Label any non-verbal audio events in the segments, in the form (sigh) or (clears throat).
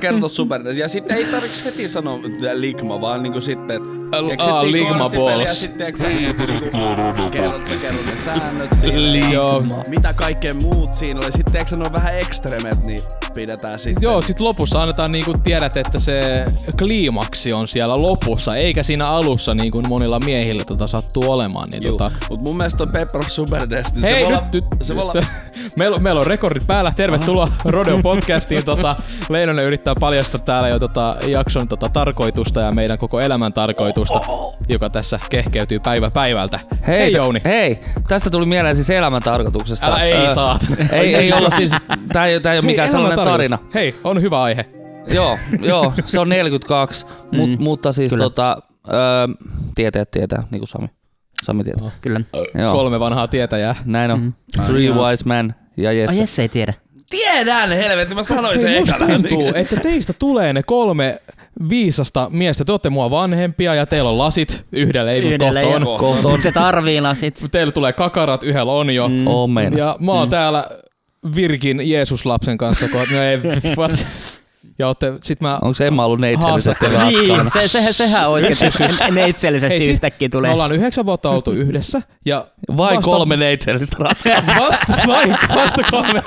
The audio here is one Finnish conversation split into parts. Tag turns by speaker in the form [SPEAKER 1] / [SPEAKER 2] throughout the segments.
[SPEAKER 1] kertoa Super NES. Ja sitten ei tarvitse heti sanoa että Ligma, vaan niinku sitten, että
[SPEAKER 2] L-
[SPEAKER 1] keksittiin
[SPEAKER 2] aa, Ligma
[SPEAKER 1] korttipeli Ja
[SPEAKER 2] Balls.
[SPEAKER 1] sitten eikö sä niinku kerrot, kerrot ne säännöt siinä.
[SPEAKER 2] Joo.
[SPEAKER 1] Mitä kaikkea muut siinä oli. Sitten eikö sanoa vähän ekstremet, niin pidetään sitten.
[SPEAKER 2] Joo, sit lopussa annetaan niinku tiedät, että se kliimaksi on siellä lopussa, eikä siinä alussa niin kuin monilla miehillä tota sattuu olemaan. Niin
[SPEAKER 1] Juu.
[SPEAKER 2] tota,
[SPEAKER 1] Mut mun mielestä on Pepper Super NES, niin se
[SPEAKER 2] Hei,
[SPEAKER 1] voi
[SPEAKER 2] nyt,
[SPEAKER 1] olla-
[SPEAKER 2] nyt,
[SPEAKER 1] se voi olla
[SPEAKER 2] nyt. (laughs) Meillä, on- meillä on rekordit päällä. Tervetuloa (laughs) Rodeo Podcastiin. Tota, Leinonen yrittää paljastaa täällä jo tota, jakson tota, tarkoitusta ja meidän koko elämän tarkoitusta, joka tässä kehkeytyy päivä päivältä. Hei,
[SPEAKER 3] te-
[SPEAKER 2] Jouni.
[SPEAKER 3] Oh, Hei, tästä tuli mieleen siis elämän tarkoituksesta.
[SPEAKER 2] Älä ei
[SPEAKER 3] Ö,
[SPEAKER 2] saatana.
[SPEAKER 3] Ei, ei olla siis, tää ei, tää ei ole
[SPEAKER 2] Hei,
[SPEAKER 3] mikään
[SPEAKER 2] Niin, elämän
[SPEAKER 3] sellainen
[SPEAKER 2] tarkoitus.
[SPEAKER 3] tarina.
[SPEAKER 2] Hei, on hyvä aihe.
[SPEAKER 3] Joo, joo, se on 42, mut,
[SPEAKER 2] Mm.
[SPEAKER 3] mutta siis
[SPEAKER 4] Kyllä.
[SPEAKER 3] tota, öö, tietäjät tietää, niin kuin Sami. Sami tietää.
[SPEAKER 2] Oh,
[SPEAKER 4] Kyllä.
[SPEAKER 3] Joo,
[SPEAKER 2] Kolme vanhaa tietäjää.
[SPEAKER 3] näin
[SPEAKER 2] Mm.
[SPEAKER 3] on. Three wise men ja
[SPEAKER 4] Ai
[SPEAKER 3] Jesse.
[SPEAKER 4] Jesse ei tiedä.
[SPEAKER 2] No,
[SPEAKER 1] Tiedän, helvetti, mä sanoin sen
[SPEAKER 2] Hei, musta
[SPEAKER 1] ekana. niin.
[SPEAKER 2] tuntuu, että teistä tulee ne kolme viisasta miestä. Te olette mua vanhempia ja teillä on lasit. Yhdellä ei, mutta
[SPEAKER 4] Yhdellä
[SPEAKER 2] kohta
[SPEAKER 4] ei
[SPEAKER 2] on.
[SPEAKER 4] ole kohta on. Se tarvii lasit.
[SPEAKER 2] Teillä tulee kakarat, yhdellä on jo.
[SPEAKER 4] Mm.
[SPEAKER 3] Omen. Mm.
[SPEAKER 2] Ja mä oon täällä Virkin Jeesuslapsen kanssa, kun no ei, what? Ja ootte, sit mä...
[SPEAKER 3] Onko Emma ollut neitsellisesti
[SPEAKER 2] Haastattelu.
[SPEAKER 3] raskaana?
[SPEAKER 4] se, se, sehän olisi, että neitsellisesti
[SPEAKER 2] Ei, sit-
[SPEAKER 4] yhtäkkiä
[SPEAKER 2] Me
[SPEAKER 4] tulee.
[SPEAKER 2] ollaan yhdeksän vuotta oltu yhdessä ja...
[SPEAKER 3] Vai
[SPEAKER 2] vasta-
[SPEAKER 3] kolme neitsellistä raskaana?
[SPEAKER 2] Vasta, vai, vasta kolme.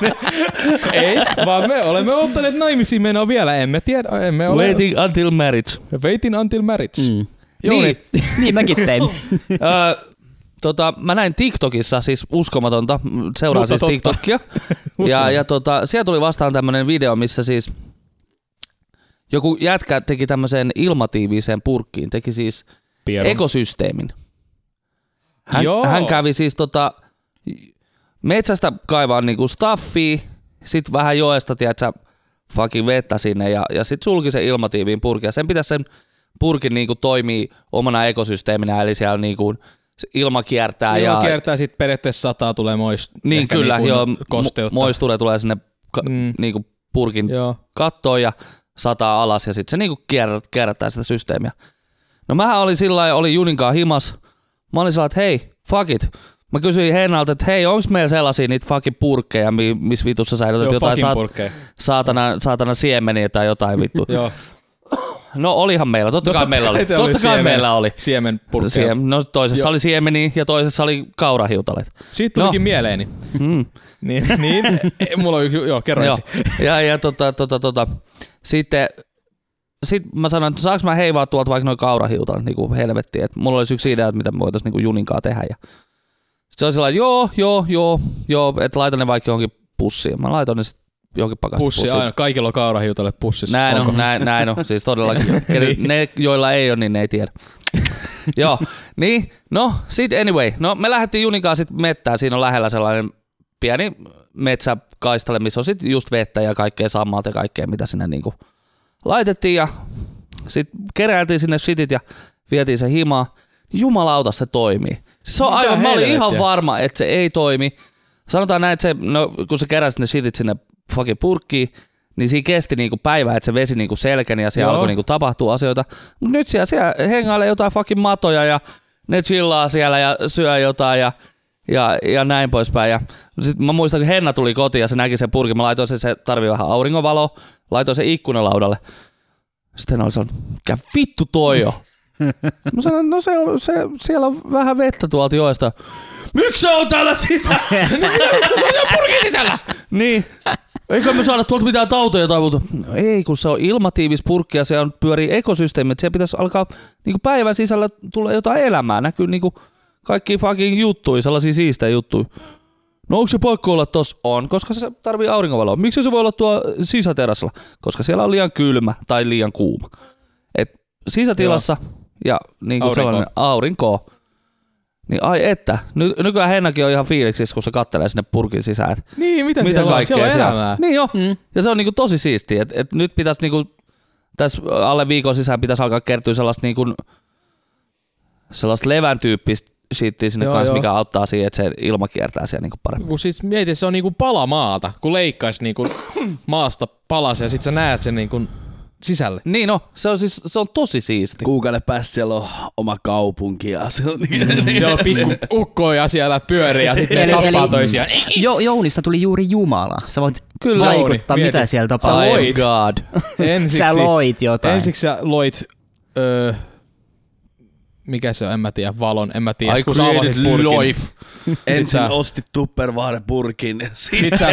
[SPEAKER 2] Ei, vaan me olemme ottaneet naimisiin menoa vielä. Emme tiedä, emme ole.
[SPEAKER 3] Waiting until marriage.
[SPEAKER 2] Waiting until marriage. Mm.
[SPEAKER 3] Niin,
[SPEAKER 4] Niin mäkin tein.
[SPEAKER 3] Öö, tota, mä näin TikTokissa, siis uskomatonta, m, seuraan
[SPEAKER 2] Mutta
[SPEAKER 3] siis
[SPEAKER 2] totta. (laughs)
[SPEAKER 3] TikTokia. ja ja tota, siellä tuli vastaan tämmönen video, missä siis joku jätkä teki tämmöiseen ilmatiiviiseen purkkiin, teki siis ekosysteemin. Hän,
[SPEAKER 2] Joo.
[SPEAKER 3] hän kävi siis tota, metsästä kaivaa niinku staffia, sit vähän joesta, tiedätkö, fucking vettä sinne ja, ja sit sulki sen ilmatiiviin purkin. Ja sen pitäisi sen purkin niinku toimii omana ekosysteeminä, eli siellä niinku se ilma kiertää.
[SPEAKER 2] Ilma
[SPEAKER 3] ja,
[SPEAKER 2] kiertää sit periaatteessa sataa tulee moist,
[SPEAKER 3] niin
[SPEAKER 2] ehkä
[SPEAKER 3] kyllä,
[SPEAKER 2] niin
[SPEAKER 3] joo,
[SPEAKER 2] kosteutta.
[SPEAKER 3] mo- moisture tulee sinne ka-
[SPEAKER 2] Mm.
[SPEAKER 3] niinku purkin
[SPEAKER 2] joo.
[SPEAKER 3] kattoon ja sataa alas ja sitten se niinku kierrät, kierrättää sitä systeemiä. No mähän olin sillä lailla, olin Juninkaan himas. Mä olin sillä lailla, että hei, fuck it. Mä kysyin Heinalta, että hei, onks meillä sellaisia niitä fucking purkkeja, mi- missä vitussa säilytät
[SPEAKER 2] Joo,
[SPEAKER 3] jotain
[SPEAKER 2] fucking
[SPEAKER 3] saat,
[SPEAKER 2] purkkeja.
[SPEAKER 3] saatana, saatana siemeniä tai jotain vittu. (laughs)
[SPEAKER 2] Joo.
[SPEAKER 3] no olihan meillä, totta
[SPEAKER 2] No,
[SPEAKER 3] kai meillä oli.
[SPEAKER 2] teillä
[SPEAKER 3] Totta kai
[SPEAKER 2] siemen-
[SPEAKER 3] meillä oli.
[SPEAKER 2] Siemenpurkkeja.
[SPEAKER 3] Siem, no toisessa
[SPEAKER 2] Joo.
[SPEAKER 3] oli siemeniä ja toisessa oli kaurahiutalet.
[SPEAKER 2] Siitä tulikin
[SPEAKER 3] No.
[SPEAKER 2] mieleeni.
[SPEAKER 3] Mm.
[SPEAKER 2] Niin, (laughs) niin. E, mulla on yksi, joo, kerro
[SPEAKER 3] Joo.
[SPEAKER 2] ensin.
[SPEAKER 3] (laughs) Ja, ja tota, tota, tota. Sitten sit mä sanoin, että saanko mä heivaa tuolta vaikka noin kaurahiutan niin kuin helvettiin. Et mulla olisi yksi idea, että mitä me voitaisiin niin juninkaa tehdä. Ja sit se oli sellainen, joo, joo, joo, joo, että laita ne vaikka johonkin pussiin. Mä laitoin ne sitten johonkin
[SPEAKER 2] Pussi
[SPEAKER 3] pakastepussiin.
[SPEAKER 2] aina, kaikilla on kaurahiutale pussissa.
[SPEAKER 3] Näin
[SPEAKER 2] Onko?
[SPEAKER 3] on, näin, näin on,
[SPEAKER 2] (laughs)
[SPEAKER 3] siis todellakin. Kenen- Ne, joilla ei ole, niin ne ei tiedä. Joo, niin, no, sit anyway. No, me lähdettiin Junikaan sit mettään, siinä on lähellä sellainen pieni metsäkaistale, missä on sit just vettä ja kaikkea sammalta ja kaikkea, mitä sinne niinku laitettiin ja sit keräiltiin sinne shitit ja vietiin se himaa. Jumalauta se toimii. Se on
[SPEAKER 2] Mitä
[SPEAKER 3] aivan, mä olin ihan
[SPEAKER 2] helvettiä?
[SPEAKER 3] varma, että se ei toimi. Sanotaan näin, että se, no, kun se keräsi ne shitit sinne fucking purkkiin, niin siinä kesti niinku päivä, että se vesi niinku selkeni ja siellä
[SPEAKER 2] Joo.
[SPEAKER 3] alkoi niinku tapahtua asioita. Mut nyt siellä, siellä hengailee jotain fucking matoja ja ne chillaa siellä ja syö jotain ja, ja, ja näin poispäin. Ja sit mä muistan, kun Henna tuli kotiin ja se näki sen purkin, mä laitoin sen, se tarvii vähän auringonvaloa, laitoin sen ikkunalaudalle. Sitten hän oli sanonut, mikä vittu toi on? Mä sanoin, no se on, se, siellä on vähän vettä tuolta joesta. Miksi se on täällä sisällä? purkin sisällä. Niin. Eikö me saada tuolta mitään tautoja tai muuta? No ei, kun se on ilmatiivis purkki ja se on, pyörii ekosysteemi. että Siellä pitäisi alkaa niin päivän sisällä tulla jotain elämää. Näkyy niin kuin kaikki fucking juttuja, sellaisia siistejä juttuja. No onko se pakko olla tossa? On, koska se tarvii auringonvaloa. Miksi se voi olla tuo sisäterassilla? Koska siellä on liian kylmä tai liian kuuma. Et sisätilassa ja niin kuin
[SPEAKER 2] Aurinkoa.
[SPEAKER 3] sellainen aurinko. Niin ai että. Ny- nykyään Hennakin on ihan fiiliksissä, kun se kattelee sinne purkin sisään. Et
[SPEAKER 2] Niin, mitä,
[SPEAKER 3] mitä
[SPEAKER 2] siellä on?
[SPEAKER 3] kaikkea
[SPEAKER 2] Siellä on
[SPEAKER 3] siellä
[SPEAKER 2] elämää.
[SPEAKER 3] Niin joo.
[SPEAKER 4] Mm.
[SPEAKER 3] Ja se on niinku tosi siistiä, että et nyt pitäisi niinku, tässä alle viikon sisään pitäisi alkaa kertyä sellaista niinku, sellaista levän tyyppistä shittiä sinne
[SPEAKER 2] Joo,
[SPEAKER 3] kanssa,
[SPEAKER 2] joo.
[SPEAKER 3] mikä auttaa siihen, että se ilma kiertää siellä niinku paremmin.
[SPEAKER 2] Kun siis mietit, se on niinku pala maata, kun leikkaisi
[SPEAKER 3] (coughs)
[SPEAKER 2] niinku maasta palasen ja sit sä näet sen niinku sisälle.
[SPEAKER 3] Niin no, se on siis se on tosi siisti.
[SPEAKER 1] Google päässä siellä on oma kaupunki ja se on niin.
[SPEAKER 2] Mm, (coughs) Siellä on pikku ukkoja siellä pyörii ja sitten ne
[SPEAKER 4] Eli-
[SPEAKER 2] tappaa
[SPEAKER 4] eli-
[SPEAKER 2] toisiaan.
[SPEAKER 4] Jo, Jounista tuli juuri Jumala. Sä voit
[SPEAKER 3] Kyllä.
[SPEAKER 2] Vai-
[SPEAKER 4] vaikuttaa,
[SPEAKER 2] Mieti.
[SPEAKER 4] mitä siellä
[SPEAKER 2] Sä
[SPEAKER 4] tapahtuu.
[SPEAKER 2] loit.
[SPEAKER 3] Oh
[SPEAKER 2] (laughs)
[SPEAKER 3] god.
[SPEAKER 2] Ensiksi,
[SPEAKER 4] Sä loit jotain.
[SPEAKER 2] ensiksi sä loit... Öö, mikä se on, en mä tiedä, valon, en mä tiedä.
[SPEAKER 3] I
[SPEAKER 2] kun sä avasit
[SPEAKER 3] created
[SPEAKER 2] purkin.
[SPEAKER 3] life.
[SPEAKER 2] Sit
[SPEAKER 1] Ensin
[SPEAKER 2] sä-
[SPEAKER 1] ostit Tupperware niin purkin.
[SPEAKER 2] Sit sä,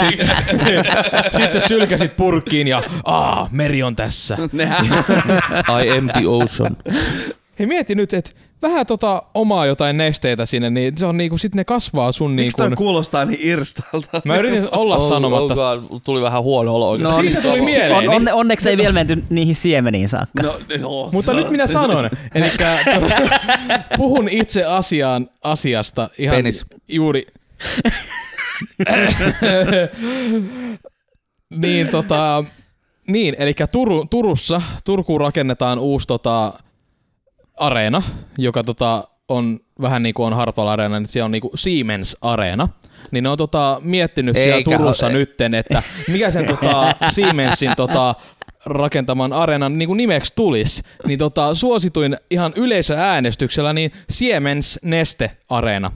[SPEAKER 2] sit, (laughs) sit sä sylkäsit purkkiin ja aa, meri on tässä.
[SPEAKER 1] Nehän
[SPEAKER 3] I am the ocean.
[SPEAKER 2] Hei mieti nyt, että vähän tota omaa jotain nesteitä sinne, niin se on niinku, sit ne kasvaa sun
[SPEAKER 1] Miksi
[SPEAKER 2] niinku...
[SPEAKER 1] toi kuulostaa niin irstalta?
[SPEAKER 2] Mä yritin olla sanomatta.
[SPEAKER 3] Oh god, tuli vähän huono olo
[SPEAKER 4] No,
[SPEAKER 3] oikeasti.
[SPEAKER 2] Siitä Niin. tuli mieleen.
[SPEAKER 4] on, on, onneksi ei vielä menty niihin siemeniin saakka.
[SPEAKER 1] No, no,
[SPEAKER 2] Mutta
[SPEAKER 1] se
[SPEAKER 2] nyt
[SPEAKER 1] on-
[SPEAKER 2] minä sanon, eli
[SPEAKER 1] (laughs)
[SPEAKER 2] puhun itse asiaan asiasta ihan
[SPEAKER 3] Penis.
[SPEAKER 1] (laughs)
[SPEAKER 2] juuri. (laughs) niin tota, niin, eli Turu, Turussa, Turkuun rakennetaan uusi tota, areena, joka tota, on vähän niin kuin on Hartwall Arena, niin siellä on niin kuin Siemens Arena. Niin ne on tota, miettinyt Eikä
[SPEAKER 3] Eikä
[SPEAKER 2] siellä Turussa
[SPEAKER 3] ole.
[SPEAKER 2] nytten, että mikä sen tota, Siemensin tota, rakentaman areenan niin kuin nimeksi tulisi, niin tota, suosituin ihan yleisöäänestyksellä niin Siemens Neste Areena.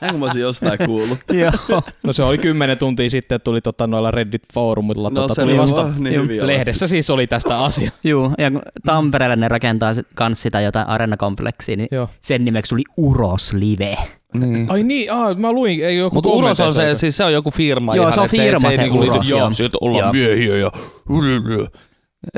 [SPEAKER 1] Näin mä olisin jostain kuullut.
[SPEAKER 4] (laughs) Joo.
[SPEAKER 2] No se oli kymmenen tuntia sitten, tuli tota, noilla Reddit-foorumilla.
[SPEAKER 1] No
[SPEAKER 2] tota,
[SPEAKER 1] se
[SPEAKER 2] tuli
[SPEAKER 1] oli
[SPEAKER 2] vasta,
[SPEAKER 1] vaan niin hyvin
[SPEAKER 2] lehdessä siis oli tästä asia.
[SPEAKER 4] Juu, ja kun Tampereella ne rakentaa sit kans sitä jotain arenakompleksia, niin
[SPEAKER 2] Joo. Oh.
[SPEAKER 4] sen nimeksi tuli Uros Live.
[SPEAKER 3] Niin.
[SPEAKER 2] Ai niin, aa, mä luin, ei joku
[SPEAKER 3] Mutta Uros on
[SPEAKER 2] kommenteista
[SPEAKER 3] se,
[SPEAKER 2] joku-
[SPEAKER 3] siis se on joku firma.
[SPEAKER 4] Joo,
[SPEAKER 3] ihan,
[SPEAKER 4] se on
[SPEAKER 3] et
[SPEAKER 4] firma
[SPEAKER 3] ei
[SPEAKER 4] se
[SPEAKER 3] niinku liity-
[SPEAKER 4] Uros,
[SPEAKER 3] Joo,
[SPEAKER 4] joo.
[SPEAKER 3] sit ollaan
[SPEAKER 4] Joo.
[SPEAKER 3] miehiä ja...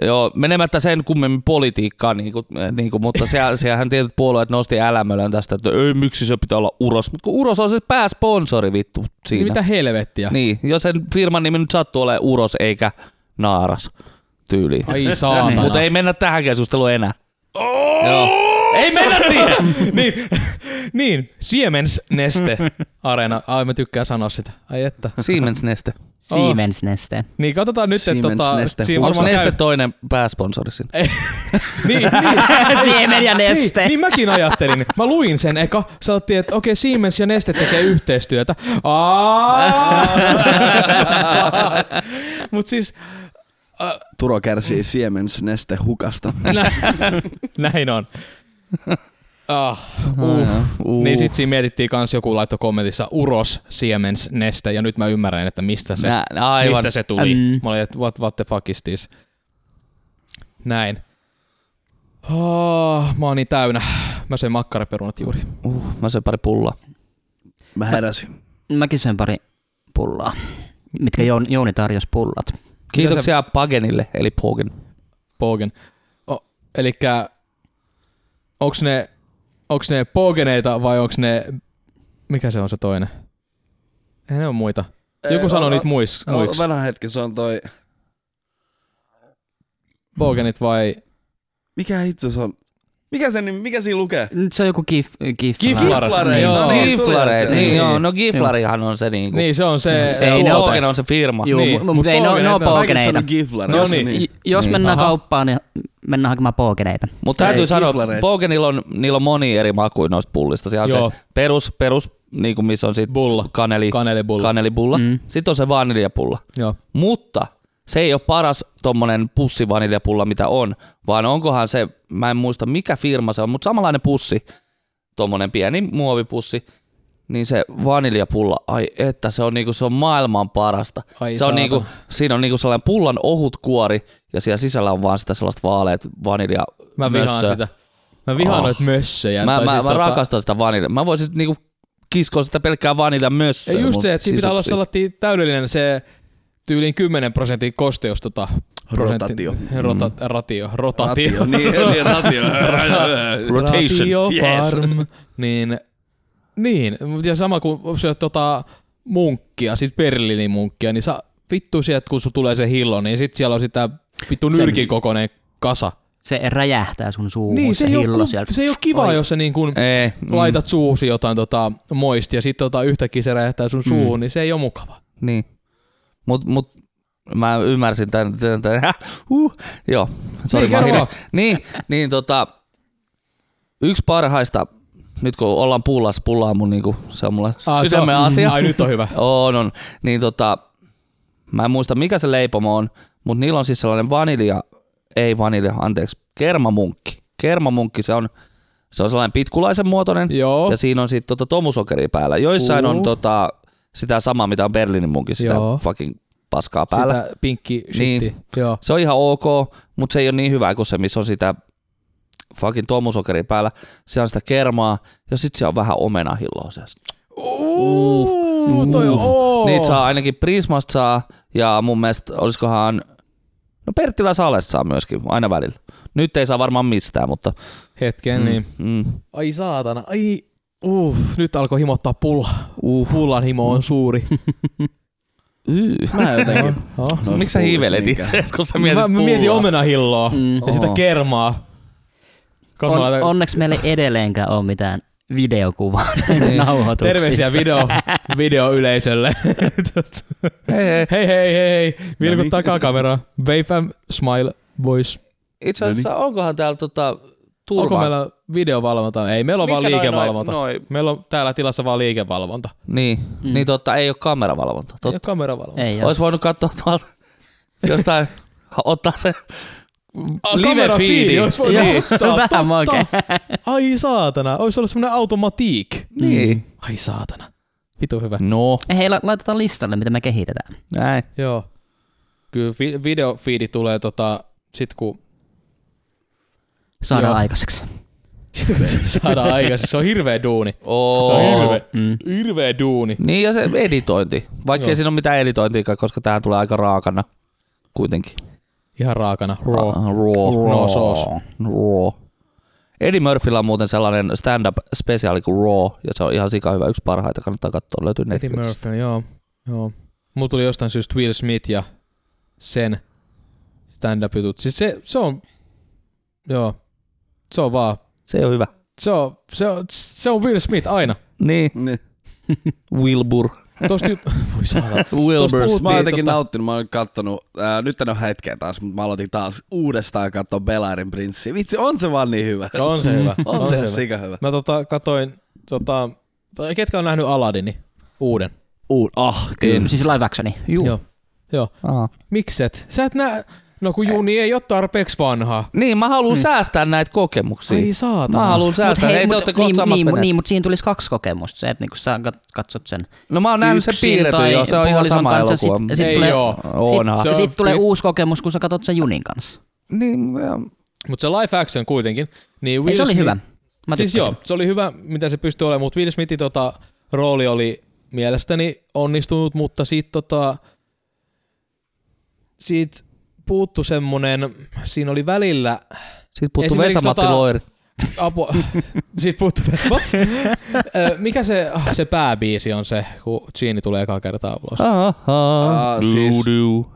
[SPEAKER 3] Joo, menemättä sen kummemmin politiikkaan, niin kuin, niin kuin, (laughs) mutta siellä, siellähän tietyt puolueet nosti älämölön tästä, että ei, miksi se pitää olla Uros, mutta kun Uros on se pääsponsori vittu siinä.
[SPEAKER 2] Niin Mitä helvettiä?
[SPEAKER 3] Niin, jos sen firman nimi nyt sattuu olemaan Uros eikä Naaras tyyli.
[SPEAKER 2] Ai saatana.
[SPEAKER 3] Mutta ei mennä tähän keskusteluun enää.
[SPEAKER 2] Oh!
[SPEAKER 3] Joo. Ei mennä
[SPEAKER 2] (laughs)
[SPEAKER 3] siihen!
[SPEAKER 2] niin, niin, Siemens Neste Areena. Ai mä tykkään sanoa sitä. Ai että.
[SPEAKER 3] Siemens Neste.
[SPEAKER 4] Siemens (laughs) Neste.
[SPEAKER 2] Niin katsotaan nyt, että
[SPEAKER 1] Siemens
[SPEAKER 2] tota,
[SPEAKER 1] Neste.
[SPEAKER 2] siinä
[SPEAKER 3] Onko
[SPEAKER 2] varmaan käy-
[SPEAKER 3] Neste toinen pääsponsori siinä?
[SPEAKER 2] Ei. niin, niin,
[SPEAKER 4] Siemen ja Neste.
[SPEAKER 2] Niin, niin mäkin ajattelin. Mä luin sen eka. Sanottiin, että okei, Siemens ja Neste tekee yhteistyötä.
[SPEAKER 4] (laughs)
[SPEAKER 2] Mutta siis
[SPEAKER 1] Turo kärsii Siemens neste hukasta.
[SPEAKER 2] näin on. Ah, uh.
[SPEAKER 3] Uh.
[SPEAKER 2] Niin sit siinä mietittiin kans joku laitto kommentissa Uros, Siemens, Neste ja nyt mä ymmärrän, että mistä se,
[SPEAKER 3] Nä- aivan.
[SPEAKER 2] mistä se tuli.
[SPEAKER 4] Mm.
[SPEAKER 2] Mä olin, että what, what the fuck is this? Näin. Oh, mä oon niin täynnä. Mä söin makkaraperunat juuri.
[SPEAKER 3] Uh, mä söin pari pullaa.
[SPEAKER 1] Mä heräsin.
[SPEAKER 4] Mäkin söin pari pullaa, mitkä Joun- Jouni tarjosi pullat.
[SPEAKER 3] Kiitoksia Pagenille, eli Pogen.
[SPEAKER 2] Pogen. O, elikkä, onks ne, onks ne pogeneita vai onks ne, mikä se on se toinen? Ei ne on muita. Joku
[SPEAKER 1] Ei,
[SPEAKER 2] sanoo
[SPEAKER 1] o-
[SPEAKER 2] niitä muiksi.
[SPEAKER 1] o-
[SPEAKER 2] muiksi.
[SPEAKER 1] Vanha hetki, se on toi...
[SPEAKER 2] Pogenit vai
[SPEAKER 1] Mikä hitto se on? Mikä, se, nim- mikä siinä lukee?
[SPEAKER 4] Nyt se on joku gif, gif,
[SPEAKER 2] Giflar.
[SPEAKER 1] Giflarei,
[SPEAKER 2] Joo.
[SPEAKER 1] no niin, tulee
[SPEAKER 3] Giflare,
[SPEAKER 1] se.
[SPEAKER 3] niin
[SPEAKER 4] Niin,
[SPEAKER 3] joo.
[SPEAKER 4] niin.
[SPEAKER 3] No Giflarihan on se niinku.
[SPEAKER 2] Niin, se on se.
[SPEAKER 4] Se ei
[SPEAKER 2] tuote.
[SPEAKER 4] ne oo-
[SPEAKER 3] Pogen on se firma.
[SPEAKER 4] Juu,
[SPEAKER 2] Niin,
[SPEAKER 4] niin,
[SPEAKER 2] mut
[SPEAKER 4] mutta ei ne, ne
[SPEAKER 2] poogeneita
[SPEAKER 4] on
[SPEAKER 2] on.
[SPEAKER 1] Kaikissa
[SPEAKER 4] poogeneita.
[SPEAKER 1] on giflare.
[SPEAKER 2] No
[SPEAKER 1] jos-
[SPEAKER 2] niin.
[SPEAKER 4] J- Jos
[SPEAKER 3] Niin.
[SPEAKER 4] mennään
[SPEAKER 2] Aha.
[SPEAKER 4] kauppaan, niin mennään hakemaan poogeneita.
[SPEAKER 3] Mutta
[SPEAKER 1] Ei,
[SPEAKER 3] täytyy sanoa,
[SPEAKER 1] kiflareita.
[SPEAKER 3] Pogenilla on, niillä on moni eri makuja noista pullista. Siellä on
[SPEAKER 2] Joo.
[SPEAKER 3] se perus, perus niin kuin missä on sit
[SPEAKER 2] Bulla.
[SPEAKER 3] kaneli,
[SPEAKER 2] Kanelipulla.
[SPEAKER 3] kanelipulla.
[SPEAKER 4] Mm.
[SPEAKER 3] Sitten on se vaniljapulla.
[SPEAKER 2] Joo.
[SPEAKER 3] Mutta se ei ole paras tommonen pussi vaniljapulla, mitä on, vaan onkohan se, mä en muista mikä firma se on, mutta samanlainen pussi, tommonen pieni muovipussi, niin se vaniljapulla, ai että se on niinku, se on maailman parasta.
[SPEAKER 2] Ai
[SPEAKER 3] se on
[SPEAKER 2] saatana.
[SPEAKER 3] niinku, siinä on niinku sellainen pullan ohut kuori ja siellä sisällä on vaan sitä sellaista vaaleet vanilja.
[SPEAKER 2] Mä vihaan
[SPEAKER 3] mössöä.
[SPEAKER 2] sitä. Mä vihaan
[SPEAKER 3] Oh.
[SPEAKER 2] noit mössöjä.
[SPEAKER 3] Mä,
[SPEAKER 2] tai
[SPEAKER 3] mä,
[SPEAKER 2] siis
[SPEAKER 3] mä rakastan sitä vanilja. Mä voisin niinku kiskoa sitä pelkkää vanilja myös.
[SPEAKER 2] Ja just se, että
[SPEAKER 3] siis
[SPEAKER 2] siinä pitää olla sellainen täydellinen se tyyliin 10 prosentin kosteus. Tota, prosentti-
[SPEAKER 1] Rotatio.
[SPEAKER 2] Rota,
[SPEAKER 3] Mm.
[SPEAKER 2] ratio. Rotatio. (laughs)
[SPEAKER 1] Ratio, niin, niin ratio.
[SPEAKER 2] Ratio
[SPEAKER 1] Yes.
[SPEAKER 2] farm. Niin, niin. mut Ja sama kuin syöt tota munkkia, siis Berliinin munkkia, niin sa, vittu sieltä, kun sun tulee se hillo, niin sit siellä on sitä vittu
[SPEAKER 4] Sen-
[SPEAKER 2] nyrkin kokoinen kasa.
[SPEAKER 4] Se räjähtää sun suuhun,
[SPEAKER 2] Niin, se,
[SPEAKER 4] se,
[SPEAKER 2] ei oo,
[SPEAKER 4] hillo
[SPEAKER 2] ku-
[SPEAKER 4] sieltä.
[SPEAKER 2] se ei ole kiva,
[SPEAKER 4] Oi.
[SPEAKER 2] jos se niin kuin
[SPEAKER 3] Ei,
[SPEAKER 2] mm. laitat suuhusi jotain tota moistia ja sitten tota yhtäkkiä se räjähtää sun
[SPEAKER 3] Mm.
[SPEAKER 2] suuhun, niin se ei ole mukava.
[SPEAKER 3] Niin. Mut, mut mä ymmärsin tämän. tämän, tämän (laughs) häh, huh, joo, sorry,
[SPEAKER 2] Niin,
[SPEAKER 3] niin, mä
[SPEAKER 2] kerro
[SPEAKER 3] hidas. niin, niin tota, yksi parhaista, nyt kun ollaan pullassa, pullaa mun niinku, se on mulle sydämen asia.
[SPEAKER 2] Ai nyt on hyvä.
[SPEAKER 3] On, on. Niin tota, mä en muista mikä se leipomo on, mutta niillä on siis sellainen vanilja, ei vanilja, anteeksi, kermamunkki. Kermamunkki, se on, se on sellainen pitkulaisen muotoinen
[SPEAKER 2] Joo.
[SPEAKER 3] ja siinä on sitten tota tomusokeria päällä. Joissain
[SPEAKER 2] Uu.
[SPEAKER 3] on tota, sitä samaa, mitä on Berliinin munkin, sitä
[SPEAKER 2] Joo.
[SPEAKER 3] fucking paskaa päällä.
[SPEAKER 2] Sitä pinkki
[SPEAKER 3] Niin.
[SPEAKER 2] shitti. Joo.
[SPEAKER 3] Se on ihan ok, mutta se ei ole niin hyvä kuin se, missä on sitä fucking tomusokeria päällä. Se on sitä kermaa ja sitten se on vähän omenahilloa. Se.
[SPEAKER 2] Uh, toi on.
[SPEAKER 3] Niitä saa ainakin Prismasta saa ja mun mielestä olisikohan, no Perttilä Sales saa myöskin aina välillä. Nyt ei saa varmaan mistään, mutta
[SPEAKER 2] Hetken, niin.
[SPEAKER 3] mm,
[SPEAKER 2] Ai saatana, ai... Uh, nyt alkoi himottaa pulla. Uh. Pullan himo on
[SPEAKER 3] (laughs)
[SPEAKER 2] suuri.
[SPEAKER 3] mm.
[SPEAKER 1] Mä jotenkin.
[SPEAKER 2] Oh.
[SPEAKER 1] Noista
[SPEAKER 3] Miksi sä
[SPEAKER 1] pullista
[SPEAKER 3] hiivelet
[SPEAKER 1] niinkään.
[SPEAKER 3] itseäsi, kun sä mietit
[SPEAKER 2] Mä, mä mietin
[SPEAKER 3] pullaa?
[SPEAKER 2] omenahilloa
[SPEAKER 4] Mm.
[SPEAKER 2] ja sitä
[SPEAKER 3] Oho.
[SPEAKER 2] kermaa. Kato, mä
[SPEAKER 4] On,
[SPEAKER 2] laitan
[SPEAKER 4] onneksi meillä ei edelleenkään ole mitään videokuvaa näistä nauhoituksista.
[SPEAKER 2] terveisiä video, videoyleisölle.
[SPEAKER 3] Hei, hei.
[SPEAKER 2] hei hei hei hei, vilku
[SPEAKER 1] niin.
[SPEAKER 2] takakamera. Wave M, smile, boys.
[SPEAKER 3] Itse asiassa onkohan täällä tota, turva?
[SPEAKER 2] Onko meillä videovalvonta? Ei, meillä on vaan
[SPEAKER 3] Mitkä noi-
[SPEAKER 2] liikevalvonta.
[SPEAKER 3] noi- noi-
[SPEAKER 2] Meillä on täällä tilassa vaan liikevalvonta.
[SPEAKER 3] Niin, mm. niin totta, ei ole kameravalvonta.
[SPEAKER 2] Tot...
[SPEAKER 3] Totta.
[SPEAKER 2] Ja kameravalvonta.
[SPEAKER 4] Ei ole.
[SPEAKER 3] Olisi voinut katsoa tuolta jostain, (laughs) ha- ottaa se
[SPEAKER 2] Ah,
[SPEAKER 3] live
[SPEAKER 2] kamera feedi,
[SPEAKER 3] feedi.
[SPEAKER 2] ois voinut
[SPEAKER 4] Joo,
[SPEAKER 2] ottaa,
[SPEAKER 4] vähän
[SPEAKER 2] totta.
[SPEAKER 4] makea.
[SPEAKER 2] Ai saatana, olisi ollut semmoinen automatiik.
[SPEAKER 3] Niin.
[SPEAKER 2] Ai saatana. Vitu hyvä.
[SPEAKER 3] No,
[SPEAKER 4] Hei, la- laitetaan listalle, mitä me kehitetään.
[SPEAKER 3] näin.
[SPEAKER 2] Joo. Kyllä vi- videofiidi tulee tota, sit kun
[SPEAKER 4] Saadaan
[SPEAKER 2] Joo.
[SPEAKER 4] aikaiseksi.
[SPEAKER 2] sit kun se (laughs) saadaan aikaisemmin. Se on hirveä duuni. Se on
[SPEAKER 3] Oo.
[SPEAKER 2] hirveä,
[SPEAKER 4] Mm.
[SPEAKER 2] hirveä duuni.
[SPEAKER 3] Niin ja se editointi, vaikka ei
[SPEAKER 2] Joo.
[SPEAKER 3] siinä ole mitään editointiakaan, koska tähän tulee aika raakana kuitenkin.
[SPEAKER 2] Ihan raakana. Raw.
[SPEAKER 3] Ah, raw.
[SPEAKER 2] No sauce.
[SPEAKER 3] Raw. Eddie Murphyllä on muuten sellainen stand-up spesiaali kuin Raw, ja se on ihan sika hyvä, yksi parhaita, kannattaa katsoa, löytyy
[SPEAKER 2] Eddie
[SPEAKER 3] Netflixistä.
[SPEAKER 2] Murphy, joo. joo. Mulla tuli jostain syystä Will Smith ja sen stand-up jutut. Siis se, se on, joo, se on vaan,
[SPEAKER 3] Se on hyvä.
[SPEAKER 2] se on, se on, se on Will Smith aina.
[SPEAKER 3] Niin,
[SPEAKER 1] Niin.
[SPEAKER 3] Wilbur.
[SPEAKER 2] Tosta, ju- (laughs) voi saada.
[SPEAKER 3] Wilbur.
[SPEAKER 2] Puhuttiin
[SPEAKER 1] Mä oon jotenkin
[SPEAKER 2] tota-
[SPEAKER 1] nauttinut, mä oon kattonut, ää, nyt en oo hetkeä taas, mutta mä aloitin taas uudestaan katsoa Belarin prinssi. Vitsi, on se vaan niin hyvä.
[SPEAKER 2] On se hyvä.
[SPEAKER 1] On se
[SPEAKER 2] hyvä.
[SPEAKER 1] sika hyvä.
[SPEAKER 2] Mä tota, katoin, tota, tai ketkä on nähnyt Aladini uuden?
[SPEAKER 1] Uud, ah,
[SPEAKER 4] Mm. Siis live actioni. Juu.
[SPEAKER 2] Joo. Joo.
[SPEAKER 3] Aa.
[SPEAKER 2] Mikset? Sä et näe, no kun Juni ei ole tarpeeksi vanhaa.
[SPEAKER 3] Niin, mä haluan mm. säästää näitä kokemuksia.
[SPEAKER 2] Ei saatana.
[SPEAKER 3] Mä haluan
[SPEAKER 4] Mut
[SPEAKER 3] säästää. Hei, hei te
[SPEAKER 4] mut,
[SPEAKER 3] ootte kohta
[SPEAKER 4] niin,
[SPEAKER 3] samassa
[SPEAKER 4] niin,
[SPEAKER 3] veneessä.
[SPEAKER 4] niin, mutta siinä tulisi kaksi kokemusta. Se, että niinku sä kat- katsot sen
[SPEAKER 3] No mä oon nähnyt sen
[SPEAKER 4] yksin
[SPEAKER 3] piirretyn
[SPEAKER 4] tai
[SPEAKER 3] jo, se on ihan
[SPEAKER 4] puolison
[SPEAKER 3] sama
[SPEAKER 4] kanssa,
[SPEAKER 3] elokuva.
[SPEAKER 4] sit- sit
[SPEAKER 2] Ei
[SPEAKER 4] tulee-
[SPEAKER 2] joo.
[SPEAKER 3] Onhan.
[SPEAKER 2] Se
[SPEAKER 4] Sitten
[SPEAKER 2] on-
[SPEAKER 4] sit tulee uusi kokemus, kun sä katsot sen Junin kanssa.
[SPEAKER 3] Niin, ja-
[SPEAKER 2] Mutta se live action kuitenkin. Niin Will
[SPEAKER 4] Ei, se oli
[SPEAKER 2] Smith-
[SPEAKER 4] hyvä. Mä
[SPEAKER 2] siis
[SPEAKER 4] tykkäsin.
[SPEAKER 2] joo, se oli hyvä, mitä se pystyi olemaan, mutta Will Smithin tota, rooli oli mielestäni onnistunut, mutta siitä, tota, siitä puuttu semmonen, siinä oli välillä
[SPEAKER 3] Siitä puuttuu
[SPEAKER 2] Esimerkiksi
[SPEAKER 3] Vesa-Matti
[SPEAKER 2] tota-
[SPEAKER 3] Loiri.
[SPEAKER 4] (laughs)
[SPEAKER 2] apua, siitä puuttu What? Ö, Mikä se, Ah, se pääbiisi on se, kun Genie tulee ekaa kertaa
[SPEAKER 4] Ah.
[SPEAKER 2] ulos?
[SPEAKER 3] Aha,
[SPEAKER 1] Aa, siis-
[SPEAKER 3] doo-doo.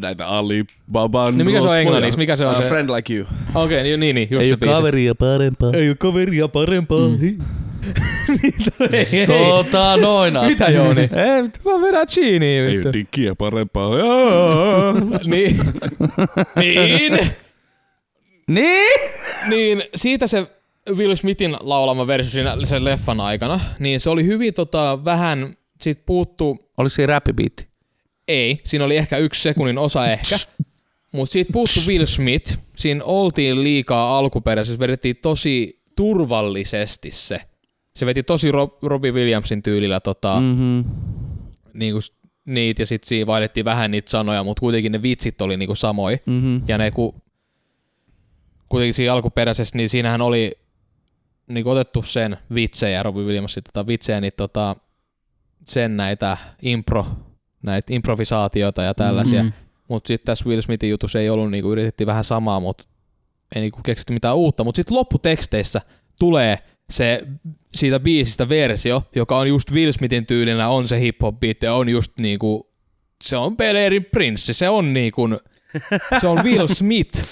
[SPEAKER 1] näitä Alibaban
[SPEAKER 2] Niin mikä se on
[SPEAKER 1] rosvoja.
[SPEAKER 2] englanniksi? Mikä se on
[SPEAKER 1] Ah,
[SPEAKER 2] se?
[SPEAKER 1] Friend like you.
[SPEAKER 2] Okei, okay, niin, niin, just
[SPEAKER 3] Ei
[SPEAKER 2] se
[SPEAKER 3] oo
[SPEAKER 2] biisi.
[SPEAKER 3] kaveria parempaa.
[SPEAKER 2] Ei ole kaveria parempaa. (laughs) Mm. ei, ei.
[SPEAKER 3] Tota noin. asti.
[SPEAKER 2] Mitä Jouni? (laughs) ei, mit- mä vedän Geniä. vittu.
[SPEAKER 1] dikkiä parempaa.
[SPEAKER 2] (laughs) niin. niin.
[SPEAKER 3] Niin?
[SPEAKER 2] Niin, siitä se Will Smithin laulama versio siinä sen leffan aikana, niin se oli hyvin tota, vähän, siitä puuttu,
[SPEAKER 3] Oliko siinä räppibiitti?
[SPEAKER 2] ei, siinä oli ehkä yksi sekunnin osa ehkä, mutta siitä puuttu Will Smith, siinä oltiin liikaa alkuperäisessä, vedettiin tosi turvallisesti se. Se veti tosi Rob, Robbie Williamsin tyylillä tota, mm.
[SPEAKER 3] Mhm.
[SPEAKER 2] niinku, s- niitä ja sitten siinä vaihdettiin vähän niitä sanoja, mutta kuitenkin ne vitsit oli niinku samoja.
[SPEAKER 3] Mhm.
[SPEAKER 2] Ja ne ku, kuitenkin siinä alkuperäisessä, niin siinähän oli niin otettu sen vitsejä, Robin Williamsin tota vitsejä, niin tota, sen näitä impro, näitä improvisaatioita ja tällaisia.
[SPEAKER 4] Mm.
[SPEAKER 2] Mm-hmm. Mutta sitten tässä Will Smithin jutussa ei ollut, niin yritettiin vähän samaa, mutta ei niin keksitty mitään uutta. Mutta sitten lopputeksteissä tulee se siitä biisistä versio, joka on just Will Smithin tyylillä, on se hip hop beat ja on just niinku, se on Belerin prinssi, se on niinku, se on Will Smith.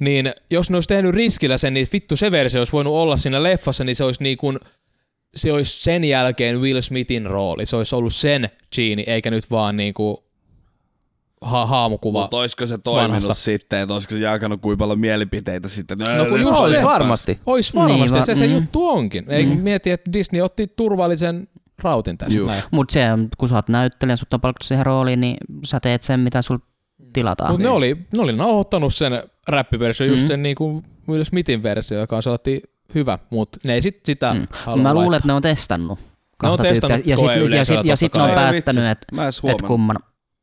[SPEAKER 2] Niin jos ne olisi tehnyt riskillä sen, niin vittu se versio olisi voinut olla siinä leffassa, niin se olisi niinku, se olisi sen jälkeen Will Smithin rooli. Se olisi ollut sen Genie, eikä nyt vaan niinku ha- haamukuva.
[SPEAKER 1] Mutta oisko se toiminut
[SPEAKER 2] Vanhasta.
[SPEAKER 1] sitten, että olisiko se jakanut kuinka paljon mielipiteitä sitten?
[SPEAKER 2] No kun just
[SPEAKER 3] Olis
[SPEAKER 2] se.
[SPEAKER 3] varmasti.
[SPEAKER 2] Ois
[SPEAKER 4] Niin
[SPEAKER 2] varmasti,
[SPEAKER 4] va-
[SPEAKER 2] niin, se, se
[SPEAKER 4] mm.
[SPEAKER 2] juttu onkin. Ei
[SPEAKER 4] Mm.
[SPEAKER 2] mieti, että Disney otti turvallisen rautin tässä.
[SPEAKER 1] Juu.
[SPEAKER 2] näin.
[SPEAKER 4] Mut se, kun sä oot näyttelijä, sut on palkittu siihen rooliin, niin sä teet sen, mitä sul tilataan.
[SPEAKER 2] Mutta ne oli, ne oli nauhoittanut sen räppiversio, just
[SPEAKER 4] Niin. Mm.
[SPEAKER 2] sen niinku Will Smithin versio, joka on sellainen hyvä, mutta ne ei sit sitä
[SPEAKER 4] Mm.
[SPEAKER 2] mm. halua
[SPEAKER 4] Mä luulen,
[SPEAKER 2] laittaa.
[SPEAKER 4] että ne on testannut. kahta tyyppiä.
[SPEAKER 2] testannut
[SPEAKER 4] Ja sit, ja
[SPEAKER 2] koeyleisöllä
[SPEAKER 4] sit, ja sit ne on
[SPEAKER 2] totta
[SPEAKER 1] kai. Ei
[SPEAKER 4] päättänyt,
[SPEAKER 1] vitsi.
[SPEAKER 4] että
[SPEAKER 1] Mä en
[SPEAKER 4] et
[SPEAKER 1] huomannut.
[SPEAKER 4] kumman,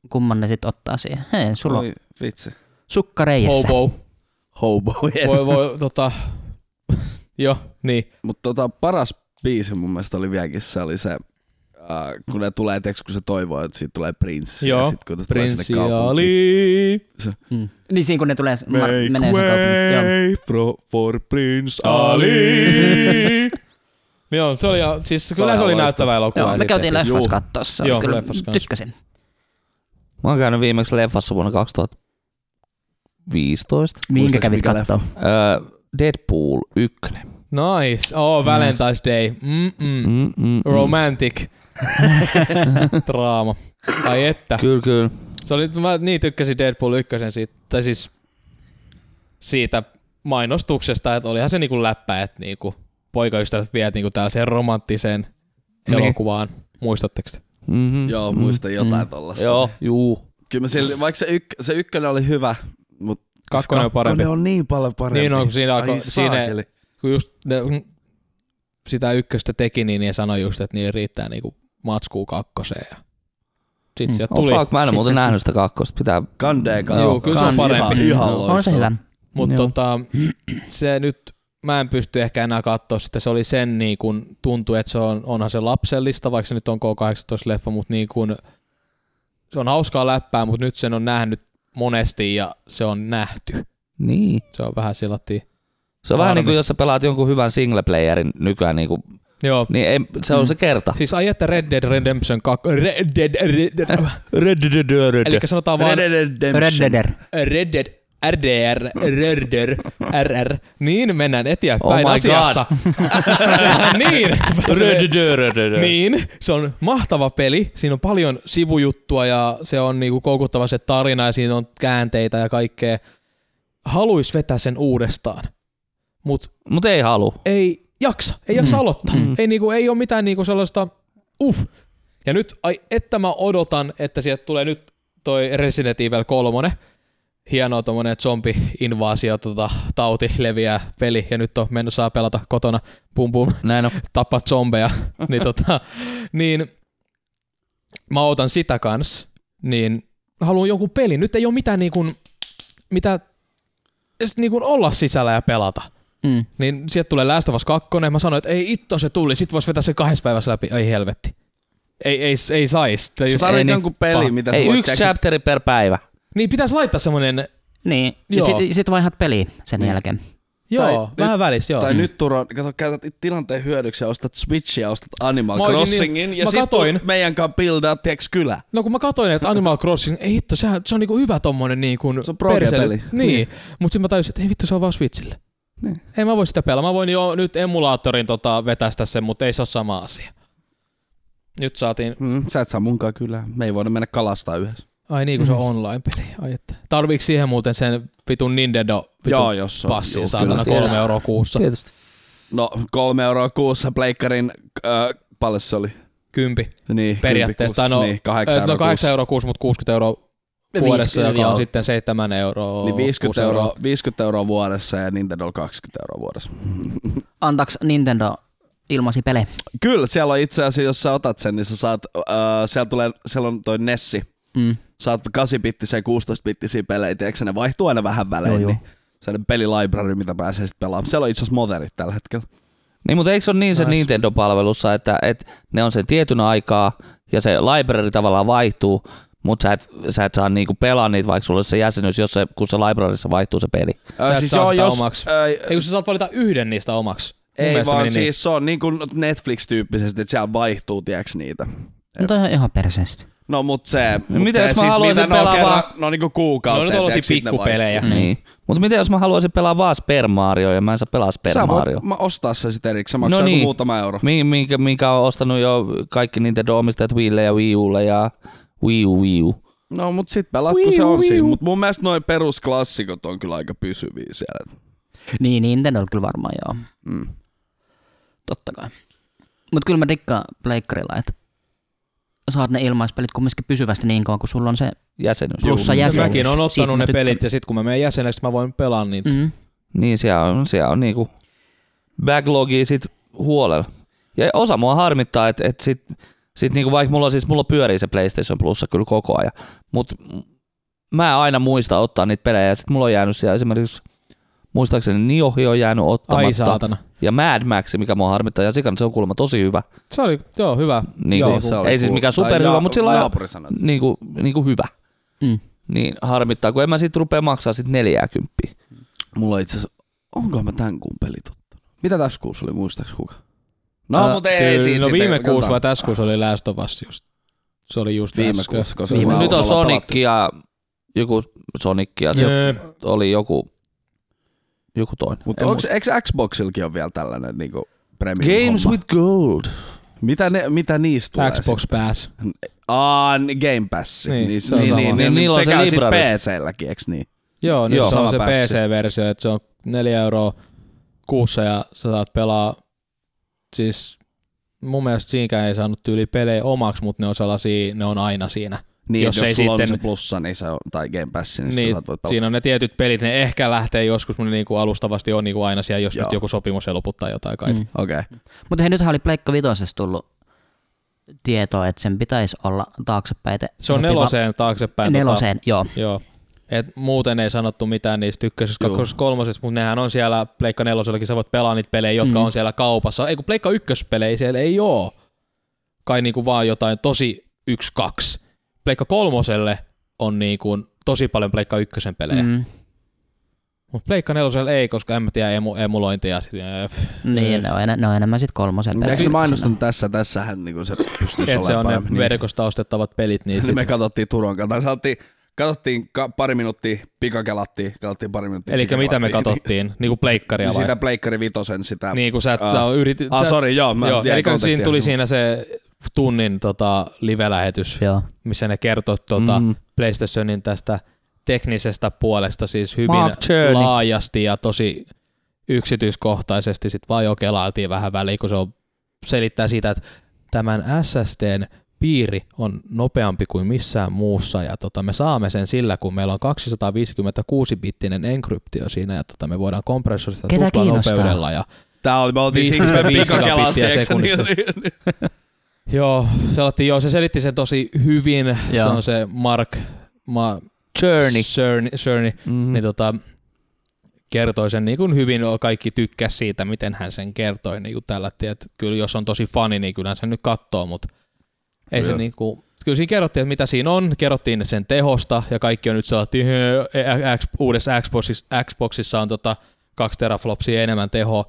[SPEAKER 4] kumman ne sit ottaa siihen. Hei, sulla on
[SPEAKER 1] Voi vitsi.
[SPEAKER 4] sukka reijässä.
[SPEAKER 2] Hobo.
[SPEAKER 1] Hobo, yes.
[SPEAKER 2] Voi, voi, tota... (laughs) Joo, niin.
[SPEAKER 1] Mutta tota, paras biisi mun mielestä oli vieläkin se, oli se, äh, kun ne tulee, tiiäks, kun se toivoo, että siitä tulee prinssi. Ja
[SPEAKER 2] Joo,
[SPEAKER 1] sit kun ne
[SPEAKER 2] Prinssi
[SPEAKER 1] tulee sinne kaupunkiin.
[SPEAKER 2] Ali.
[SPEAKER 4] Mm. Niin siinä kun ne tulee, mar,
[SPEAKER 1] Make
[SPEAKER 4] menee sen kaupunkiin.
[SPEAKER 1] way for, for Prince Ali.
[SPEAKER 2] Ali. Joo, se oli, ja- siis
[SPEAKER 1] oli
[SPEAKER 2] kyllä se oli
[SPEAKER 1] ihan
[SPEAKER 2] näyttävä elokuva.
[SPEAKER 4] Joo, joo me
[SPEAKER 2] sitten.
[SPEAKER 4] käytiin
[SPEAKER 2] Juu.
[SPEAKER 4] leffassa kattossa.
[SPEAKER 2] Joo,
[SPEAKER 4] Kyllä
[SPEAKER 2] leffassa kanssa.
[SPEAKER 4] tykkäsin.
[SPEAKER 3] Mä oon käynyt viimeksi leffassa vuonna 2015.
[SPEAKER 4] Minkä
[SPEAKER 1] Muistatko,
[SPEAKER 4] kävit
[SPEAKER 1] mikä
[SPEAKER 4] kattoo?
[SPEAKER 3] Öö, Deadpool 1.
[SPEAKER 2] Nice. Oh, Valentine's Day. Mm-mm.
[SPEAKER 3] Mm, mm, mm.
[SPEAKER 2] Romantic. Draama. Ai että.
[SPEAKER 3] Kyllä, kyllä.
[SPEAKER 2] Se oli, mä niin tykkäsin Deadpool 1 siitä, tai siis siitä mainostuksesta, että olihan se niinku läppä, että niinku poikaystävät viet niinku tällaiseen romanttiseen
[SPEAKER 3] Niin.
[SPEAKER 2] elokuvaan. Muistatteko te?
[SPEAKER 3] Mm-hmm.
[SPEAKER 1] Joo, muistan
[SPEAKER 2] Mm.
[SPEAKER 1] jotain tollasta.
[SPEAKER 3] Joo, juu.
[SPEAKER 1] Kyllä mä silti, vaikka se, yk, se ykkönen oli hyvä, mutta
[SPEAKER 2] Kakkonen on parempi.
[SPEAKER 1] on niin paljon parempi.
[SPEAKER 2] Niin on, kun siinä
[SPEAKER 1] Ai
[SPEAKER 2] alkoi- siinä-
[SPEAKER 1] saakeli.
[SPEAKER 2] Kun just ne, sitä ykköstä teki, niin ne sanoi just, että niille riittää niinku matskuu kakkoseen. Ja sit
[SPEAKER 4] Mm.
[SPEAKER 2] sieltä
[SPEAKER 3] Oh,
[SPEAKER 2] tuli.
[SPEAKER 3] fuck, mä en
[SPEAKER 4] Sit-
[SPEAKER 3] ole muuten nähnyt sitä kakkosta. Pitää...
[SPEAKER 1] Kandee kautta.
[SPEAKER 2] Joo, kyllä se on
[SPEAKER 1] Ihan-
[SPEAKER 2] parempi.
[SPEAKER 1] Ihan
[SPEAKER 4] Joo, No, On se
[SPEAKER 1] loistava.
[SPEAKER 4] hyvä.
[SPEAKER 2] Mutta
[SPEAKER 3] Joo.
[SPEAKER 2] tota, se nyt, mä en pysty ehkä enää katsoa sitä. Se oli sen niin kun tuntui, että se on, onhan se lapsellista, vaikka se nyt on K-18-leffa, mutta niin kun, se on hauskaa läppää, mutta nyt sen on nähnyt monesti ja se on nähty.
[SPEAKER 3] Niin.
[SPEAKER 2] Se on vähän silatti.
[SPEAKER 3] Se on vähän
[SPEAKER 2] Harmi.
[SPEAKER 3] niin kuin jos sä pelaat jonkun hyvän singleplayerin nykyään, niin, kuin,
[SPEAKER 2] Joo.
[SPEAKER 3] niin ei, se on se kerta.
[SPEAKER 2] Siis ai että Red Dead Redemption 2. Red Dead Red,
[SPEAKER 3] Red, red, red, red.
[SPEAKER 2] Eli sanotaan vaan
[SPEAKER 1] Red Dead
[SPEAKER 4] Red
[SPEAKER 1] Redemption.
[SPEAKER 4] Deader.
[SPEAKER 2] Red Dead RDR, Red Dead RR. Niin mennään eteenpäin
[SPEAKER 3] Oh my (laughs)
[SPEAKER 2] asiassa. niin. pääsemme-
[SPEAKER 3] Red, red, red, red.
[SPEAKER 2] Niin, se on mahtava peli. Siinä on paljon sivujuttua ja se on niinku koukuttava se tarina ja siinä on käänteitä ja kaikkea. Haluis vetää sen uudestaan, mutta
[SPEAKER 3] Mut ei halu.
[SPEAKER 2] ei jaksa. Ei jaksa aloittaa.
[SPEAKER 3] Mm.
[SPEAKER 2] Ei, niinku, ei ole mitään niinku sellaista uff. Ja nyt, ai, että mä odotan, että sieltä tulee nyt toi Resident Evil 3. Hieno tommonen zombi-invaasio tota, tauti leviää peli ja nyt on mennyt saa pelata kotona pum pum
[SPEAKER 3] Näin on.
[SPEAKER 2] tapa zombeja, (laughs) niin, tota, niin mä otan sitä kans, niin haluan jonkun pelin. Nyt ei ole mitään niin kuin, mitä edes niin kuin olla sisällä ja pelata.
[SPEAKER 4] Mm.
[SPEAKER 2] Niin sieltä tulee Last of Us 2, mä sanoin, että ei itto se tuli, sit vois vetää se kahdessa päivässä läpi, ei helvetti. Ei, ei, ei sais. Tai
[SPEAKER 1] Sä
[SPEAKER 2] just-
[SPEAKER 3] Ei
[SPEAKER 1] Siis tarvit
[SPEAKER 3] niin.
[SPEAKER 1] jonkun peli,
[SPEAKER 2] Paha.
[SPEAKER 1] mitä sä
[SPEAKER 3] Ei
[SPEAKER 1] voit
[SPEAKER 3] yksi
[SPEAKER 1] tiiäks,
[SPEAKER 3] chapteri per päivä.
[SPEAKER 2] Niin pitäisi laittaa semmonen,
[SPEAKER 4] Niin, ja
[SPEAKER 2] Joo. Niin.
[SPEAKER 4] sit, sit vaihdat peliä sen jälkeen.
[SPEAKER 2] joo,
[SPEAKER 1] Tai- Mm.
[SPEAKER 2] vähän välissä, joo.
[SPEAKER 1] Tai nyt Turo, kato, käytät it- tilanteen hyödyksi ja ostat Switchia, ostat Animal
[SPEAKER 2] Mä olisin
[SPEAKER 1] Crossingin
[SPEAKER 2] niin-
[SPEAKER 1] ja
[SPEAKER 2] mä
[SPEAKER 1] sit
[SPEAKER 2] katoin.
[SPEAKER 1] tuut meidän kanssa buildaa, tiiäks, kylä.
[SPEAKER 2] No kun mä katsoin, että Animal Crossing, ei hitto, sehän, se on niinku hyvä tommonen niinku
[SPEAKER 1] Se on proge-peli.
[SPEAKER 2] persely- Niin,
[SPEAKER 1] Niin.
[SPEAKER 2] mut sitten mä tajusin, että ei vittu, se on vaan Switchille.
[SPEAKER 1] Niin.
[SPEAKER 2] Ei mä voi sitä pelaa. Mä voin jo nyt emulaattorin tota, vetästä sen, mutta ei se ole sama asia. Nyt saatiin,
[SPEAKER 1] Mm, sä et saa munkaan kylään. Me ei voida mennä kalastaa yhdessä.
[SPEAKER 2] ai niin kuin se on online-peli. Ai että. Tarviiks siihen muuten sen vitun Nintendo vitun
[SPEAKER 1] Joo, jos on.
[SPEAKER 2] passin,
[SPEAKER 1] Juu,
[SPEAKER 2] saatana
[SPEAKER 1] kyllä.
[SPEAKER 2] kolme euroa kuussa.
[SPEAKER 3] Tietysti.
[SPEAKER 1] No, kolme euroa kuussa pleikkarin, äh, paljon se oli?
[SPEAKER 2] Kympi
[SPEAKER 1] Niin,
[SPEAKER 2] periaatteessa. Tai
[SPEAKER 1] kympi
[SPEAKER 2] No,
[SPEAKER 1] kuussa. niin, kahdeksan
[SPEAKER 2] no
[SPEAKER 1] euroa
[SPEAKER 2] 8
[SPEAKER 1] kuussa.
[SPEAKER 2] euroa kuussa, mutta 60 euroa vuodessa,
[SPEAKER 4] Viisi-
[SPEAKER 2] joka
[SPEAKER 4] joo.
[SPEAKER 2] on sitten 7 euroa.
[SPEAKER 1] Niin 50
[SPEAKER 2] kuusi
[SPEAKER 1] euroa, 50 euroa vuodessa ja Nintendo 20 euroa vuodessa. (laughs)
[SPEAKER 4] Antaks Nintendo ilmaisi pelejä?
[SPEAKER 1] Kyllä, siellä on itse asiassa, jos sä otat sen, niin sä saat, äh, siellä, tulee, siellä on toi Nessi.
[SPEAKER 4] Mm.
[SPEAKER 1] Saat 8-bittisiä ja 16-bittisiä pelejä, tiedätkö sä, ne vaihtuu aina vähän välein.
[SPEAKER 4] Joo,
[SPEAKER 1] Joo, niin sellainen pelilibrary, mitä pääsee sitten pelaamaan. Siellä on itse asiassa moderit tällä hetkellä.
[SPEAKER 3] Niin, mutta eikö se ole niin sen
[SPEAKER 2] Nice.
[SPEAKER 3] Nintendo-palvelussa, että, että ne on sen tietyn aikaa ja se library tavallaan vaihtuu, mutta sä et, sä et saa niinku pelaa niitä, vaikka sulla olisi se jäsenyys, jos se, kun se libraryssa vaihtuu se peli.
[SPEAKER 2] Sä et saa sitä omaksi.
[SPEAKER 1] siis Äh,
[SPEAKER 2] Ei kun sä saat valita yhden niistä omaksi. Mun
[SPEAKER 1] ei
[SPEAKER 2] mielestä
[SPEAKER 1] vaan
[SPEAKER 2] meni
[SPEAKER 1] siis se on niin kuin Netflix-tyyppisesti, että siellä vaihtuu, tiedätkö niitä.
[SPEAKER 4] No toi on ihan perseestä.
[SPEAKER 1] No mut se... mut
[SPEAKER 3] miten jos
[SPEAKER 1] se
[SPEAKER 3] mä
[SPEAKER 1] sit-
[SPEAKER 3] haluaisin
[SPEAKER 1] mitä ne on
[SPEAKER 3] pelaa
[SPEAKER 1] kerran-
[SPEAKER 3] vaan-
[SPEAKER 1] No niinku kuukautta.
[SPEAKER 2] No nyt oltiin pikkupelejä. Mm.
[SPEAKER 3] Niin. Mutta miten jos mä haluaisin pelaa vaan Super Mario ja mä en saa pelaa Super
[SPEAKER 1] Sä
[SPEAKER 3] Mario?
[SPEAKER 1] voit ma- ostaa se sitten erikseen, maksaa
[SPEAKER 3] No
[SPEAKER 1] no
[SPEAKER 3] niin.
[SPEAKER 1] niin. muutama euro.
[SPEAKER 3] Mi- minkä, minkä on ostanut jo kaikki Nintendo-omistajat Wiille ja Wii Ulle ja Wii U, Wii U.
[SPEAKER 1] No mut sit pelat, kun se on siinä. Mut mun mielestä noin perusklassikot on kyllä aika pysyviä siellä.
[SPEAKER 4] Niin, Nintendo kyllä varmaan joo.
[SPEAKER 1] Mm.
[SPEAKER 4] Totta kai. Mut kyllä mä dikkaan pleikkarilla, että saat ne ilmaispelit kumminkin pysyvästi niin kauan, kun sulla on se
[SPEAKER 3] Jäsenyys.
[SPEAKER 4] plussa
[SPEAKER 2] Ja
[SPEAKER 4] jäsenyys.
[SPEAKER 2] Mäkin on
[SPEAKER 4] Siitä
[SPEAKER 2] ottanut
[SPEAKER 4] mä
[SPEAKER 2] ne
[SPEAKER 4] tykkään.
[SPEAKER 2] pelit ja sitten kun mä menen jäseneksi, mä voin pelaa niitä. Mm.
[SPEAKER 4] Mm.
[SPEAKER 3] Niin siellä on, siellä on niinku backlogia sit huolella. Ja osa mua harmittaa, että et sit, sit niinku vaikka mulla, siis mulla pyörii se PlayStation Plussa kyllä koko ajan, mutta mä aina muista ottaa niitä pelejä ja sit mulla on jäänyt siellä esimerkiksi muistaakseni Niohi on jäänyt
[SPEAKER 2] Ai
[SPEAKER 3] ottamatta.
[SPEAKER 2] saatana.
[SPEAKER 3] ja Mad Max, mikä mua harmittaa, ja sikana se on kuulemma tosi hyvä.
[SPEAKER 2] Se oli, joo, hyvä.
[SPEAKER 3] Niin
[SPEAKER 1] Joo,
[SPEAKER 3] kuin,
[SPEAKER 1] se oli
[SPEAKER 3] ei siis
[SPEAKER 1] cool.
[SPEAKER 3] mikään
[SPEAKER 1] Tai
[SPEAKER 3] superhyvä,
[SPEAKER 1] na-
[SPEAKER 3] mutta sillä lailla
[SPEAKER 1] Naapuri sanoi.
[SPEAKER 3] niin kuin, niin kuin hyvä.
[SPEAKER 4] Mm.
[SPEAKER 3] Niin harmittaa, kun en mä sit rupea maksaa sit 40.
[SPEAKER 1] Mulla on itse asiassa, onko mä tän kuun pelit ottanut? Mitä tässä kuussa oli, muistaaks kuka? No,
[SPEAKER 2] Ää,
[SPEAKER 1] mutta ei
[SPEAKER 2] tyy-
[SPEAKER 1] siis
[SPEAKER 2] No
[SPEAKER 1] sitä-
[SPEAKER 2] viime kuussa
[SPEAKER 1] jotain.
[SPEAKER 2] vai tässä kuussa oli Last of Us just. Se oli just
[SPEAKER 1] Viime
[SPEAKER 2] äsken.
[SPEAKER 1] kuussa, koska
[SPEAKER 4] Viime-
[SPEAKER 1] mä
[SPEAKER 3] Nyt on
[SPEAKER 1] ollaan
[SPEAKER 3] Sonic
[SPEAKER 1] pelattu-
[SPEAKER 3] ja joku Sonic ja se
[SPEAKER 2] Nö.
[SPEAKER 3] oli joku, joku toinen.
[SPEAKER 1] Mutta
[SPEAKER 3] En
[SPEAKER 1] onks, eikö Xboxillakin on vielä tällainen niinku premium
[SPEAKER 3] Games
[SPEAKER 1] homma?
[SPEAKER 3] with Gold.
[SPEAKER 1] Mitä, ne, mitä niistä tulee? sit?
[SPEAKER 2] Xbox Pass.
[SPEAKER 1] Aa, n- Game Pass.
[SPEAKER 2] Niin,
[SPEAKER 1] Niin, niin,
[SPEAKER 2] se on
[SPEAKER 1] niin,
[SPEAKER 2] sama.
[SPEAKER 1] niin,
[SPEAKER 3] Niin,
[SPEAKER 1] niin,
[SPEAKER 3] niillä on se
[SPEAKER 1] sekä sit
[SPEAKER 3] library.
[SPEAKER 1] PC-lläkin, eiks niin?
[SPEAKER 2] Joo, nyt
[SPEAKER 3] Joo,
[SPEAKER 2] joo, se on
[SPEAKER 1] sama
[SPEAKER 2] se
[SPEAKER 1] pässi.
[SPEAKER 2] PC-versio, että se on 4 euroa kuussa ja sä saat pelaa, siis mun mielestä siinkään ei saanut tyyli pelejä omaksi, mutta ne on sellaisia, ne on aina siinä.
[SPEAKER 1] Niin,
[SPEAKER 2] Jos
[SPEAKER 1] jos, jos
[SPEAKER 2] ei
[SPEAKER 1] sulla on
[SPEAKER 2] sitten-
[SPEAKER 1] se plussa niin se on, tai Game Pass, niin, niin
[SPEAKER 2] Niin,
[SPEAKER 1] sä saat voit pelata.
[SPEAKER 2] siinä on ne tietyt pelit, ne ehkä lähtee joskus, mutta ne niinku alustavasti on niinku aina siellä, jos
[SPEAKER 1] Joo.
[SPEAKER 2] nyt joku sopimus helpottaa jotain kai. Mm.
[SPEAKER 4] Mm.
[SPEAKER 1] Okei. Okay.
[SPEAKER 4] Mutta hei, nythän oli Pleikka Vitosessa tullut tietoa, että sen pitäisi olla taaksepäin. te-
[SPEAKER 2] Se on
[SPEAKER 4] sopiva-
[SPEAKER 2] neloseen taaksepäin.
[SPEAKER 4] No, Neloseen, joo.
[SPEAKER 2] Tota, joo. Et muuten ei sanottu mitään niistä ykkösestä,
[SPEAKER 1] Joo.
[SPEAKER 2] kakkosesta, kolmosesta, mutta nehän on siellä Pleikka nelosellakin, sä voit pelaa niitä pelejä, jotka
[SPEAKER 4] Mm.
[SPEAKER 2] on siellä kaupassa. Ei kun Pleikka ykköspelejä siellä ei oo. Kai niinku vaan jotain tosi yksi, kaksi. Pleikka kolmoselle on niinku tosi paljon Pleikka ykkösen pelejä. Mm.
[SPEAKER 4] Mm.
[SPEAKER 2] Mutta Pleikka neloselle ei, koska en mä tiedä emu- emulointeja. Sit, ja,
[SPEAKER 4] Niin, ne on, enä, ne on enemmän sitten kolmosen
[SPEAKER 1] Eikö
[SPEAKER 4] pelejä.
[SPEAKER 1] ne mainostanut tässä? Tässähän niinku se pystyisi
[SPEAKER 2] Et se on
[SPEAKER 1] olemaan
[SPEAKER 2] ne
[SPEAKER 1] paremmin. Niin.
[SPEAKER 2] verkosta ostettavat pelit. Niin,
[SPEAKER 1] Niin
[SPEAKER 2] sit,
[SPEAKER 1] me katsottiin Turon kanssa. Tai Saatiin, katsottiin ka- pari minuuttia, pikakelattiin, katsottiin pari minuuttia.
[SPEAKER 2] eli mitä me
[SPEAKER 1] pikakelattiin.
[SPEAKER 2] katottiin? Niinku pleikkaria
[SPEAKER 1] Niin,
[SPEAKER 2] vai?
[SPEAKER 1] sitä Pleikkari Vitosen sitä.
[SPEAKER 2] Niin kun sä, et,
[SPEAKER 1] Aa.
[SPEAKER 2] sä yritit...
[SPEAKER 1] ah,
[SPEAKER 2] sä-
[SPEAKER 1] sori, joo. Mä
[SPEAKER 2] Joo,
[SPEAKER 1] jäin
[SPEAKER 2] eli kun siinä
[SPEAKER 1] kontekstiin.
[SPEAKER 2] tuli siinä se tunnin tota, live-lähetys,
[SPEAKER 4] Joo.
[SPEAKER 2] missä ne kertoi tota,
[SPEAKER 3] Mm.
[SPEAKER 2] mm. PlayStationin tästä teknisestä puolesta siis hyvin
[SPEAKER 3] Mark Cherney.
[SPEAKER 2] laajasti ja tosi yksityiskohtaisesti. Sitten vaan jo kelailtiin vähän väliin, kun se on, selittää siitä, että tämän SSDn piiri on nopeampi kuin missään muussa ja tota, me saamme sen sillä, kun meillä on 256-bittinen enkryptio siinä ja tota, me voidaan kompressorista
[SPEAKER 4] Ketä kiinnostaa?
[SPEAKER 2] nopeudella ja
[SPEAKER 1] Tää oli, me oltiin siksi
[SPEAKER 2] 55
[SPEAKER 1] me pikakelaasti,
[SPEAKER 2] megabittiä
[SPEAKER 1] eikö se niin?
[SPEAKER 2] Joo, se, otti, joo, se selitti sen tosi hyvin. Joo. Se
[SPEAKER 4] Joo.
[SPEAKER 2] on se Mark Ma,
[SPEAKER 3] Journey.
[SPEAKER 2] Cerny, Cerny
[SPEAKER 3] Mm-hmm.
[SPEAKER 2] niin tota, kertoi sen niin kuin hyvin. Kaikki tykkäs siitä, miten hän sen kertoi. Niin kuin tällä, että kyllä jos on tosi fani, niin kyllähän sen nyt katsoo, mutta ei se
[SPEAKER 1] Joo.
[SPEAKER 2] niin kuin, Kyllä siinä kerrottiin, että mitä siinä on, kerrottiin sen tehosta ja kaikki on nyt sellainen, että X- uudessa Xboxissa, Xboxissa on tota kaksi teraflopsia enemmän tehoa.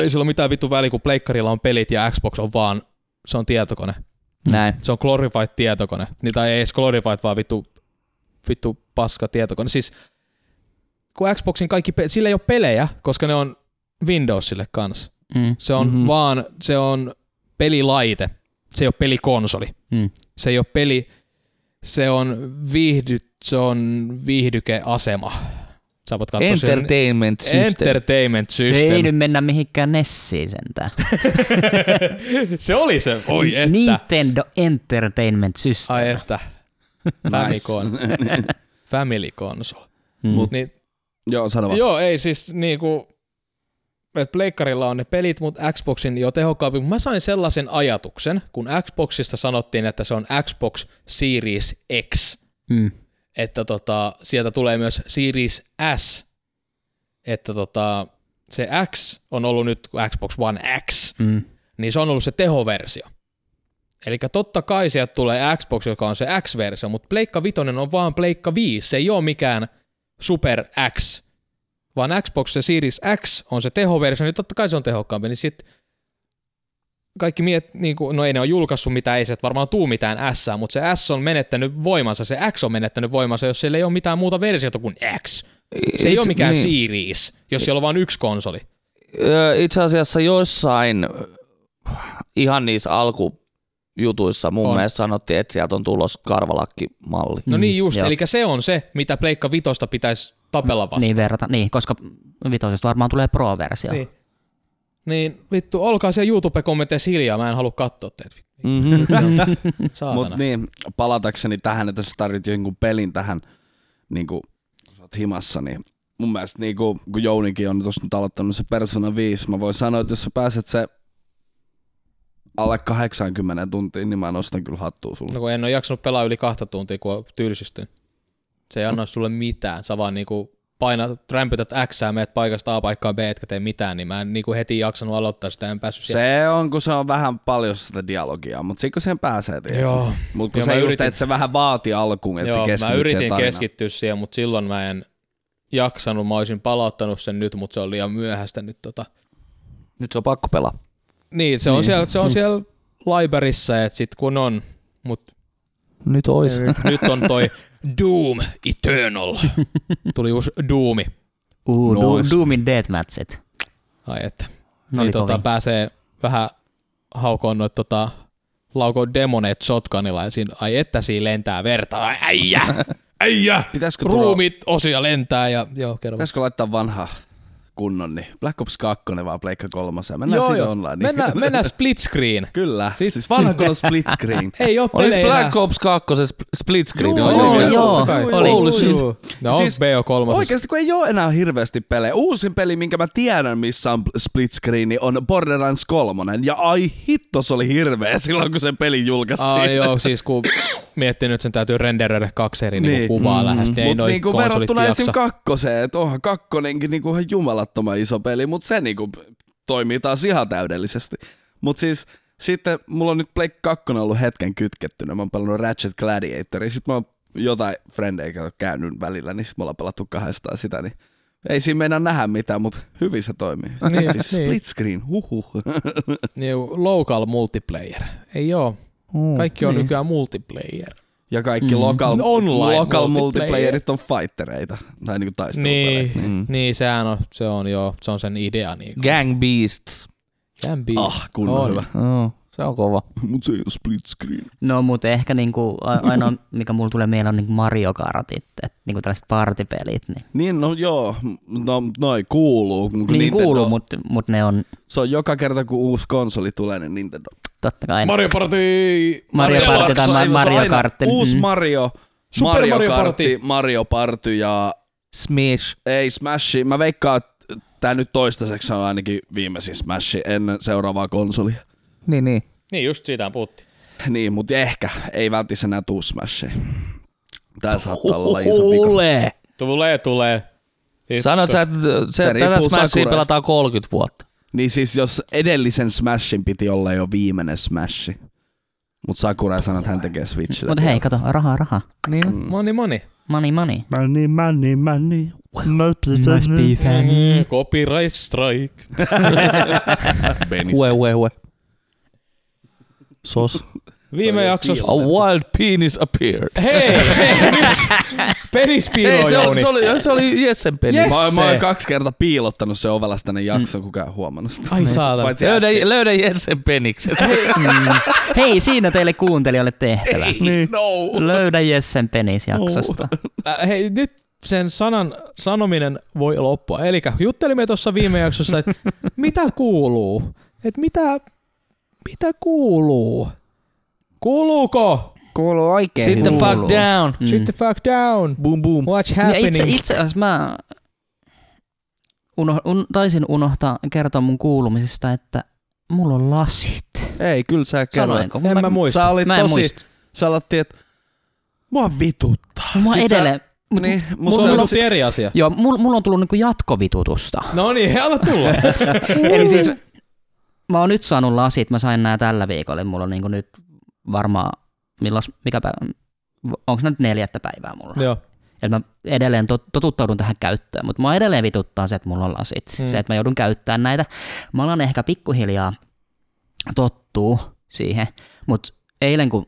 [SPEAKER 2] Ei sillä ole mitään vittu väliä, kun pleikkarilla on pelit ja Xbox on vaan, se on tietokone.
[SPEAKER 3] Näin.
[SPEAKER 2] Se on glorified tietokone. Niin, tai ei edes glorified, vaan vittu, vittu paska tietokone. Siis kun Xboxin kaikki, pe- sillä ei ole pelejä, koska ne on Windowsille kanssa.
[SPEAKER 4] Mm.
[SPEAKER 2] Se on
[SPEAKER 3] Mhm.
[SPEAKER 2] mm-hmm. vaan, se on pelilaite. Se ei ole pelikonsoli.
[SPEAKER 3] Hmm.
[SPEAKER 4] Mm.
[SPEAKER 2] Se ei ole peli, se on, viihdy, se on viihdykeasema. Sä voit katsoa sen-
[SPEAKER 3] Entertainment system.
[SPEAKER 2] Entertainment system.
[SPEAKER 4] Ei nyt mennä mihinkään Nessiin sentään.
[SPEAKER 2] se oli se. Oi että.
[SPEAKER 3] niin.
[SPEAKER 4] Nintendo Entertainment System.
[SPEAKER 2] Ai että. (laughs) Famicom. Family console.
[SPEAKER 4] Mm.
[SPEAKER 1] Mut-
[SPEAKER 2] Niin,
[SPEAKER 1] Joo, sano vaan.
[SPEAKER 2] joo, ei siis niinku, että pleikkarilla on ne pelit, mutta Xboxin jo tehokkaampi. Mä sain sellaisen ajatuksen, kun Xboxista sanottiin, että se on Xbox Series X,
[SPEAKER 4] Mm.
[SPEAKER 2] että tota, sieltä tulee myös Series S, että tota, se X on ollut nyt Xbox One X,
[SPEAKER 4] Mm.
[SPEAKER 2] niin se on ollut se tehoversio. Eli totta kai sieltä tulee Xbox, joka on se X-versio, mutta Pleikka 5 on vaan Pleikka 5, se ei ole mikään Super X, vaan Xbox se Series X on se tehoversio, niin totta kai se on tehokkaampi, niin sitten kaikki miet, niin kuin, no ei ne ole julkaissut mitään, ei se varmaan tuu mitään S, mutta se S on menettänyt voimansa, se X on menettänyt voimansa, jos sillä ei ole mitään muuta versiota kuin X. Se ei ole mikään niin. Series, jos siellä on vain yksi konsoli.
[SPEAKER 3] niin, Ö, itse asiassa joissain ö, ihan niissä alkujutuissa mun
[SPEAKER 2] On.
[SPEAKER 3] mielestä sanottiin, että sieltä on tulos karvalakkimalli.
[SPEAKER 2] No
[SPEAKER 4] Mm,
[SPEAKER 2] niin just,
[SPEAKER 4] joo.
[SPEAKER 2] eli se on se, mitä Pleikka Vitosta pitäisi tapella vastaan.
[SPEAKER 4] Niin verrata, niin, koska vitosesta varmaan tulee pro-versio.
[SPEAKER 2] Niin. Niin vittu, olkaa siellä YouTube-kommenteissa hiljaa, mä en halua katsoa teitä. (laughs)
[SPEAKER 3] Mm-hmm.
[SPEAKER 2] Saatana.
[SPEAKER 1] Mutta
[SPEAKER 2] Niin.
[SPEAKER 1] niin, palatakseni tähän, että sä tarvit jonkun pelin tähän, niin kuin, kun sä oot himassa, niin mun mielestä niin kuin, kun Jounikin on tuossa nyt aloittanut se Persona 5, mä voin sanoa, että jos sä pääset se alle 80 tuntiin, niin mä nostan kyllä hattua sulle.
[SPEAKER 2] No kun en ole jaksanut pelaa yli kahta tuntia, kun tylsistyn. Se ei anna sulle mitään. Sä vaan niinku painat, rämpytät X, meet paikasta A paikkaa B, etkä tee mitään, niin mä en niinku heti jaksanut aloittaa sitä, en päässyt siihen.
[SPEAKER 1] Se on, kun se on vähän paljon sitä dialogiaa, mutta sitten kun siihen pääsee,
[SPEAKER 2] Joo.
[SPEAKER 1] Mutta kun
[SPEAKER 2] Joo,
[SPEAKER 1] se
[SPEAKER 2] mä
[SPEAKER 1] just,
[SPEAKER 2] yritin-
[SPEAKER 1] että se vähän vaati alkuun, että Joo, se
[SPEAKER 2] mä
[SPEAKER 1] keskityt siihen
[SPEAKER 2] yritin
[SPEAKER 1] tarinaan.
[SPEAKER 2] keskittyä siihen, mutta silloin mä en jaksanut. Mä olisin palauttanut sen nyt, mutta se on liian myöhäistä nyt. Tota.
[SPEAKER 3] Nyt se on pakko pelaa.
[SPEAKER 2] Niin, se on siellä, se on siellä libraryssä, että sit kun on, mutta
[SPEAKER 3] Nyt ois.
[SPEAKER 2] nyt on toi Doom Eternal. Tuli uusi Doomi.
[SPEAKER 4] Uu,
[SPEAKER 1] Nois.
[SPEAKER 4] du- Doomin deathmatchit.
[SPEAKER 2] Ai että.
[SPEAKER 4] No
[SPEAKER 2] niin
[SPEAKER 4] oli
[SPEAKER 2] tota,
[SPEAKER 4] kovin.
[SPEAKER 2] pääsee vähän haukoon noita tota, laukoon demoneet shotgunilla ja siinä, ai että siinä lentää verta, ai äijä, äijä,
[SPEAKER 1] Pitäisikö, tulla,
[SPEAKER 2] ruumit osia lentää ja joo, kerro.
[SPEAKER 1] pitäisikö laittaa vanha kunnon, niin Black Ops 2 vaan Pleikka 3. Mennään
[SPEAKER 2] joo,
[SPEAKER 1] siitä
[SPEAKER 2] joo.
[SPEAKER 1] online.
[SPEAKER 2] Mennään,
[SPEAKER 1] (laughs)
[SPEAKER 2] mennään split screen.
[SPEAKER 1] Kyllä,
[SPEAKER 2] Sit-
[SPEAKER 1] siis, siis vanha kunnon split screen.
[SPEAKER 2] (laughs) Ei oo
[SPEAKER 3] Oli
[SPEAKER 2] pelejä enää.
[SPEAKER 3] Black Ops 2 split screen.
[SPEAKER 1] Joo,
[SPEAKER 3] oli
[SPEAKER 1] joo,
[SPEAKER 3] vielä.
[SPEAKER 4] joo.
[SPEAKER 2] totta kai.
[SPEAKER 3] Oli. Holy shit.
[SPEAKER 2] No
[SPEAKER 1] Siis
[SPEAKER 2] siis, BO3.
[SPEAKER 1] Oikeasti kun ei ole enää hirveästi pelejä. Uusin peli, minkä mä tiedän, missä on split screen, niin on Borderlands 3. Ja ai hitto, se oli hirveä silloin, kun se peli julkaistiin.
[SPEAKER 2] Ah, joo, siis kun miettii nyt, sen täytyy renderöidä kaksi eri
[SPEAKER 1] Niin.
[SPEAKER 2] niin. kuvaa mm-hmm. lähes, niin ei
[SPEAKER 1] Mutta
[SPEAKER 2] noin
[SPEAKER 1] niinku
[SPEAKER 2] konsolit
[SPEAKER 1] verrattuna esim.
[SPEAKER 2] jaksa.
[SPEAKER 1] kakkoseen, että onhan kakkonenkin niinku ihan jumalattoman iso peli, mutta se niinku toimii taas ihan täydellisesti. Mutta siis sitten mulla on nyt Blake 2 ollut hetken kytkettynä, mä oon pelannut Ratchet Gladiatoria, sitten mä oon jotain frendejä kato käynyt välillä, niin sitten me ollaan pelattu kahdestaan sitä, niin ei siinä meinaa nähdä mitään, mutta hyvin se toimii.
[SPEAKER 2] Niin,
[SPEAKER 1] siis
[SPEAKER 2] niin.
[SPEAKER 1] split screen, huhu. (laughs)
[SPEAKER 2] Niin, local multiplayer. Ei oo. Kaikki on
[SPEAKER 1] niin.
[SPEAKER 2] nykyään multiplayer.
[SPEAKER 1] Ja kaikki local,
[SPEAKER 2] Mm. Online
[SPEAKER 1] local
[SPEAKER 2] multiplayer.
[SPEAKER 1] multiplayerit on fightereita, tai niinku taistelupelejä.
[SPEAKER 2] Niin, mm. niin, sehän on, se on joo, se on sen idea. Niin
[SPEAKER 3] Gang Beasts.
[SPEAKER 2] Gambi.
[SPEAKER 1] Ah, kunnon
[SPEAKER 2] On.
[SPEAKER 1] hyvä.
[SPEAKER 3] Mm, se on kova.
[SPEAKER 1] Mut se ei ole split screen.
[SPEAKER 4] No mutta ehkä niinku, a-
[SPEAKER 2] (laughs)
[SPEAKER 4] ainoa mikä mulla tulee mieleen on niinku Mario Kartit, että niinku tällaiset partipelit. Niin,
[SPEAKER 1] Niin, no joo, no, noi kuuluu. Kun
[SPEAKER 4] niin
[SPEAKER 1] Nintendo-
[SPEAKER 4] kuuluu, mutta mut ne on
[SPEAKER 1] Se on joka kerta, kun uusi konsoli tulee, niin Nintendo.
[SPEAKER 4] totta kai.
[SPEAKER 2] Mario Party!
[SPEAKER 4] Mario
[SPEAKER 1] Deluxe,
[SPEAKER 4] Party tai
[SPEAKER 1] aivan, se
[SPEAKER 4] Ma-
[SPEAKER 1] on
[SPEAKER 4] Mario
[SPEAKER 1] aina
[SPEAKER 4] Kartti.
[SPEAKER 1] Uusi
[SPEAKER 4] Mm.
[SPEAKER 1] Mario,
[SPEAKER 2] Super
[SPEAKER 1] Mario,
[SPEAKER 2] Mario
[SPEAKER 1] Kartti,
[SPEAKER 2] Party.
[SPEAKER 1] Mario Party ja
[SPEAKER 3] Smash.
[SPEAKER 1] ei Smash. Mä veikkaan, että tää nyt toistaiseksi on ainakin viimeisin Smash ennen seuraavaa konsolia. (laughs)
[SPEAKER 3] Niin, niin.
[SPEAKER 2] Niin, just siitä puhuttiin.
[SPEAKER 1] Niin, mutta ehkä ei välttämättä enää tuu Smashia. Tää saattaa olla iso vika.
[SPEAKER 3] Kuule!
[SPEAKER 2] Tulee, tulee. Siis
[SPEAKER 3] Sanoit sä, että
[SPEAKER 1] Se
[SPEAKER 3] se, tätä
[SPEAKER 1] riippuu
[SPEAKER 3] Smashia
[SPEAKER 1] Sakuraista.
[SPEAKER 3] pelataan 30 vuotta.
[SPEAKER 1] Niin siis jos edellisen Smashin piti olla jo viimeinen Smashi. Mut Sakura sanoi, että hän tekee Switchille.
[SPEAKER 4] Mutta hei, kato, rahaa, rahaa.
[SPEAKER 3] Niin.
[SPEAKER 2] Moni, moni.
[SPEAKER 4] Money, money.
[SPEAKER 5] Money, money, money. Must be
[SPEAKER 4] Must be funny.
[SPEAKER 2] Mm, copyright strike.
[SPEAKER 1] Penis.
[SPEAKER 3] Hue, hue, hue. Sos.
[SPEAKER 2] Viime jaksossa...
[SPEAKER 3] A wild penis appeared.
[SPEAKER 2] Hei, hei, miks? Penispiilo,
[SPEAKER 3] Ei, se,
[SPEAKER 2] Jouni.
[SPEAKER 3] oli, se, oli, se oli Jessen peli.
[SPEAKER 2] Yes.
[SPEAKER 1] Mä, oon- mä
[SPEAKER 2] Se.
[SPEAKER 1] oon kaksi kertaa piilottanut se ovelasta ne jakso, mm. kukaan ei huomannut sitä.
[SPEAKER 2] Ai saatana.
[SPEAKER 1] Paitsi
[SPEAKER 3] Löydä,
[SPEAKER 1] äsken.
[SPEAKER 3] löydä Jessen penikset.
[SPEAKER 4] Mm. Hei, siinä teille kuuntelijoille tehtävä. Niin.
[SPEAKER 2] no.
[SPEAKER 4] Löydä Jessen penisjaksosta.
[SPEAKER 2] Äh, hei, nyt sen sanan sanominen voi loppua. Eli juttelimme tuossa viime jaksossa, että mitä kuuluu? Että mitä, mitä kuuluu? Kuuluuko?
[SPEAKER 5] Kuuluu oikein
[SPEAKER 3] Sit the
[SPEAKER 4] Kuuluu.
[SPEAKER 3] fuck down.
[SPEAKER 4] Mm.
[SPEAKER 2] Shit the fuck down.
[SPEAKER 3] Boom boom.
[SPEAKER 2] What's
[SPEAKER 4] Ja
[SPEAKER 2] happening?
[SPEAKER 4] itse, itse asiassa mä uno, un, taisin unohtaa kertoa mun kuulumisesta, että mulla on lasit.
[SPEAKER 1] Ei, kyllä sä kerroit.
[SPEAKER 4] Sanoinko?
[SPEAKER 2] en mä muista.
[SPEAKER 1] Sä olit
[SPEAKER 4] Mä en
[SPEAKER 1] tosi,
[SPEAKER 4] muista.
[SPEAKER 1] sä alattiin, että mua vituttaa.
[SPEAKER 4] Mua
[SPEAKER 1] Sit sä-
[SPEAKER 4] edelleen. Mut, niin.
[SPEAKER 1] Niin, mut
[SPEAKER 2] Mulla
[SPEAKER 1] se-
[SPEAKER 2] on ollut eri asia.
[SPEAKER 4] Joo, mulla, mulla on tullut niinku jatkovitutusta.
[SPEAKER 2] No niin, hei, anna
[SPEAKER 4] (laughs)
[SPEAKER 2] tulla.
[SPEAKER 4] Eli siis mä oon nyt saanut lasit, mä sain nämä tällä viikolla, eli mulla on niinku nyt varmaan, milloin, mikä päivä, onko nyt neljättä päivää mulla?
[SPEAKER 2] Joo.
[SPEAKER 4] Et mä edelleen tot, totuttaudun tähän käyttöön, mutta mä edelleen vituttaa se, että mulla on lasit.
[SPEAKER 2] Mm.
[SPEAKER 4] Mm. Se, että mä joudun käyttämään näitä. Mä alan ehkä pikkuhiljaa tottuu siihen, mutta eilen kun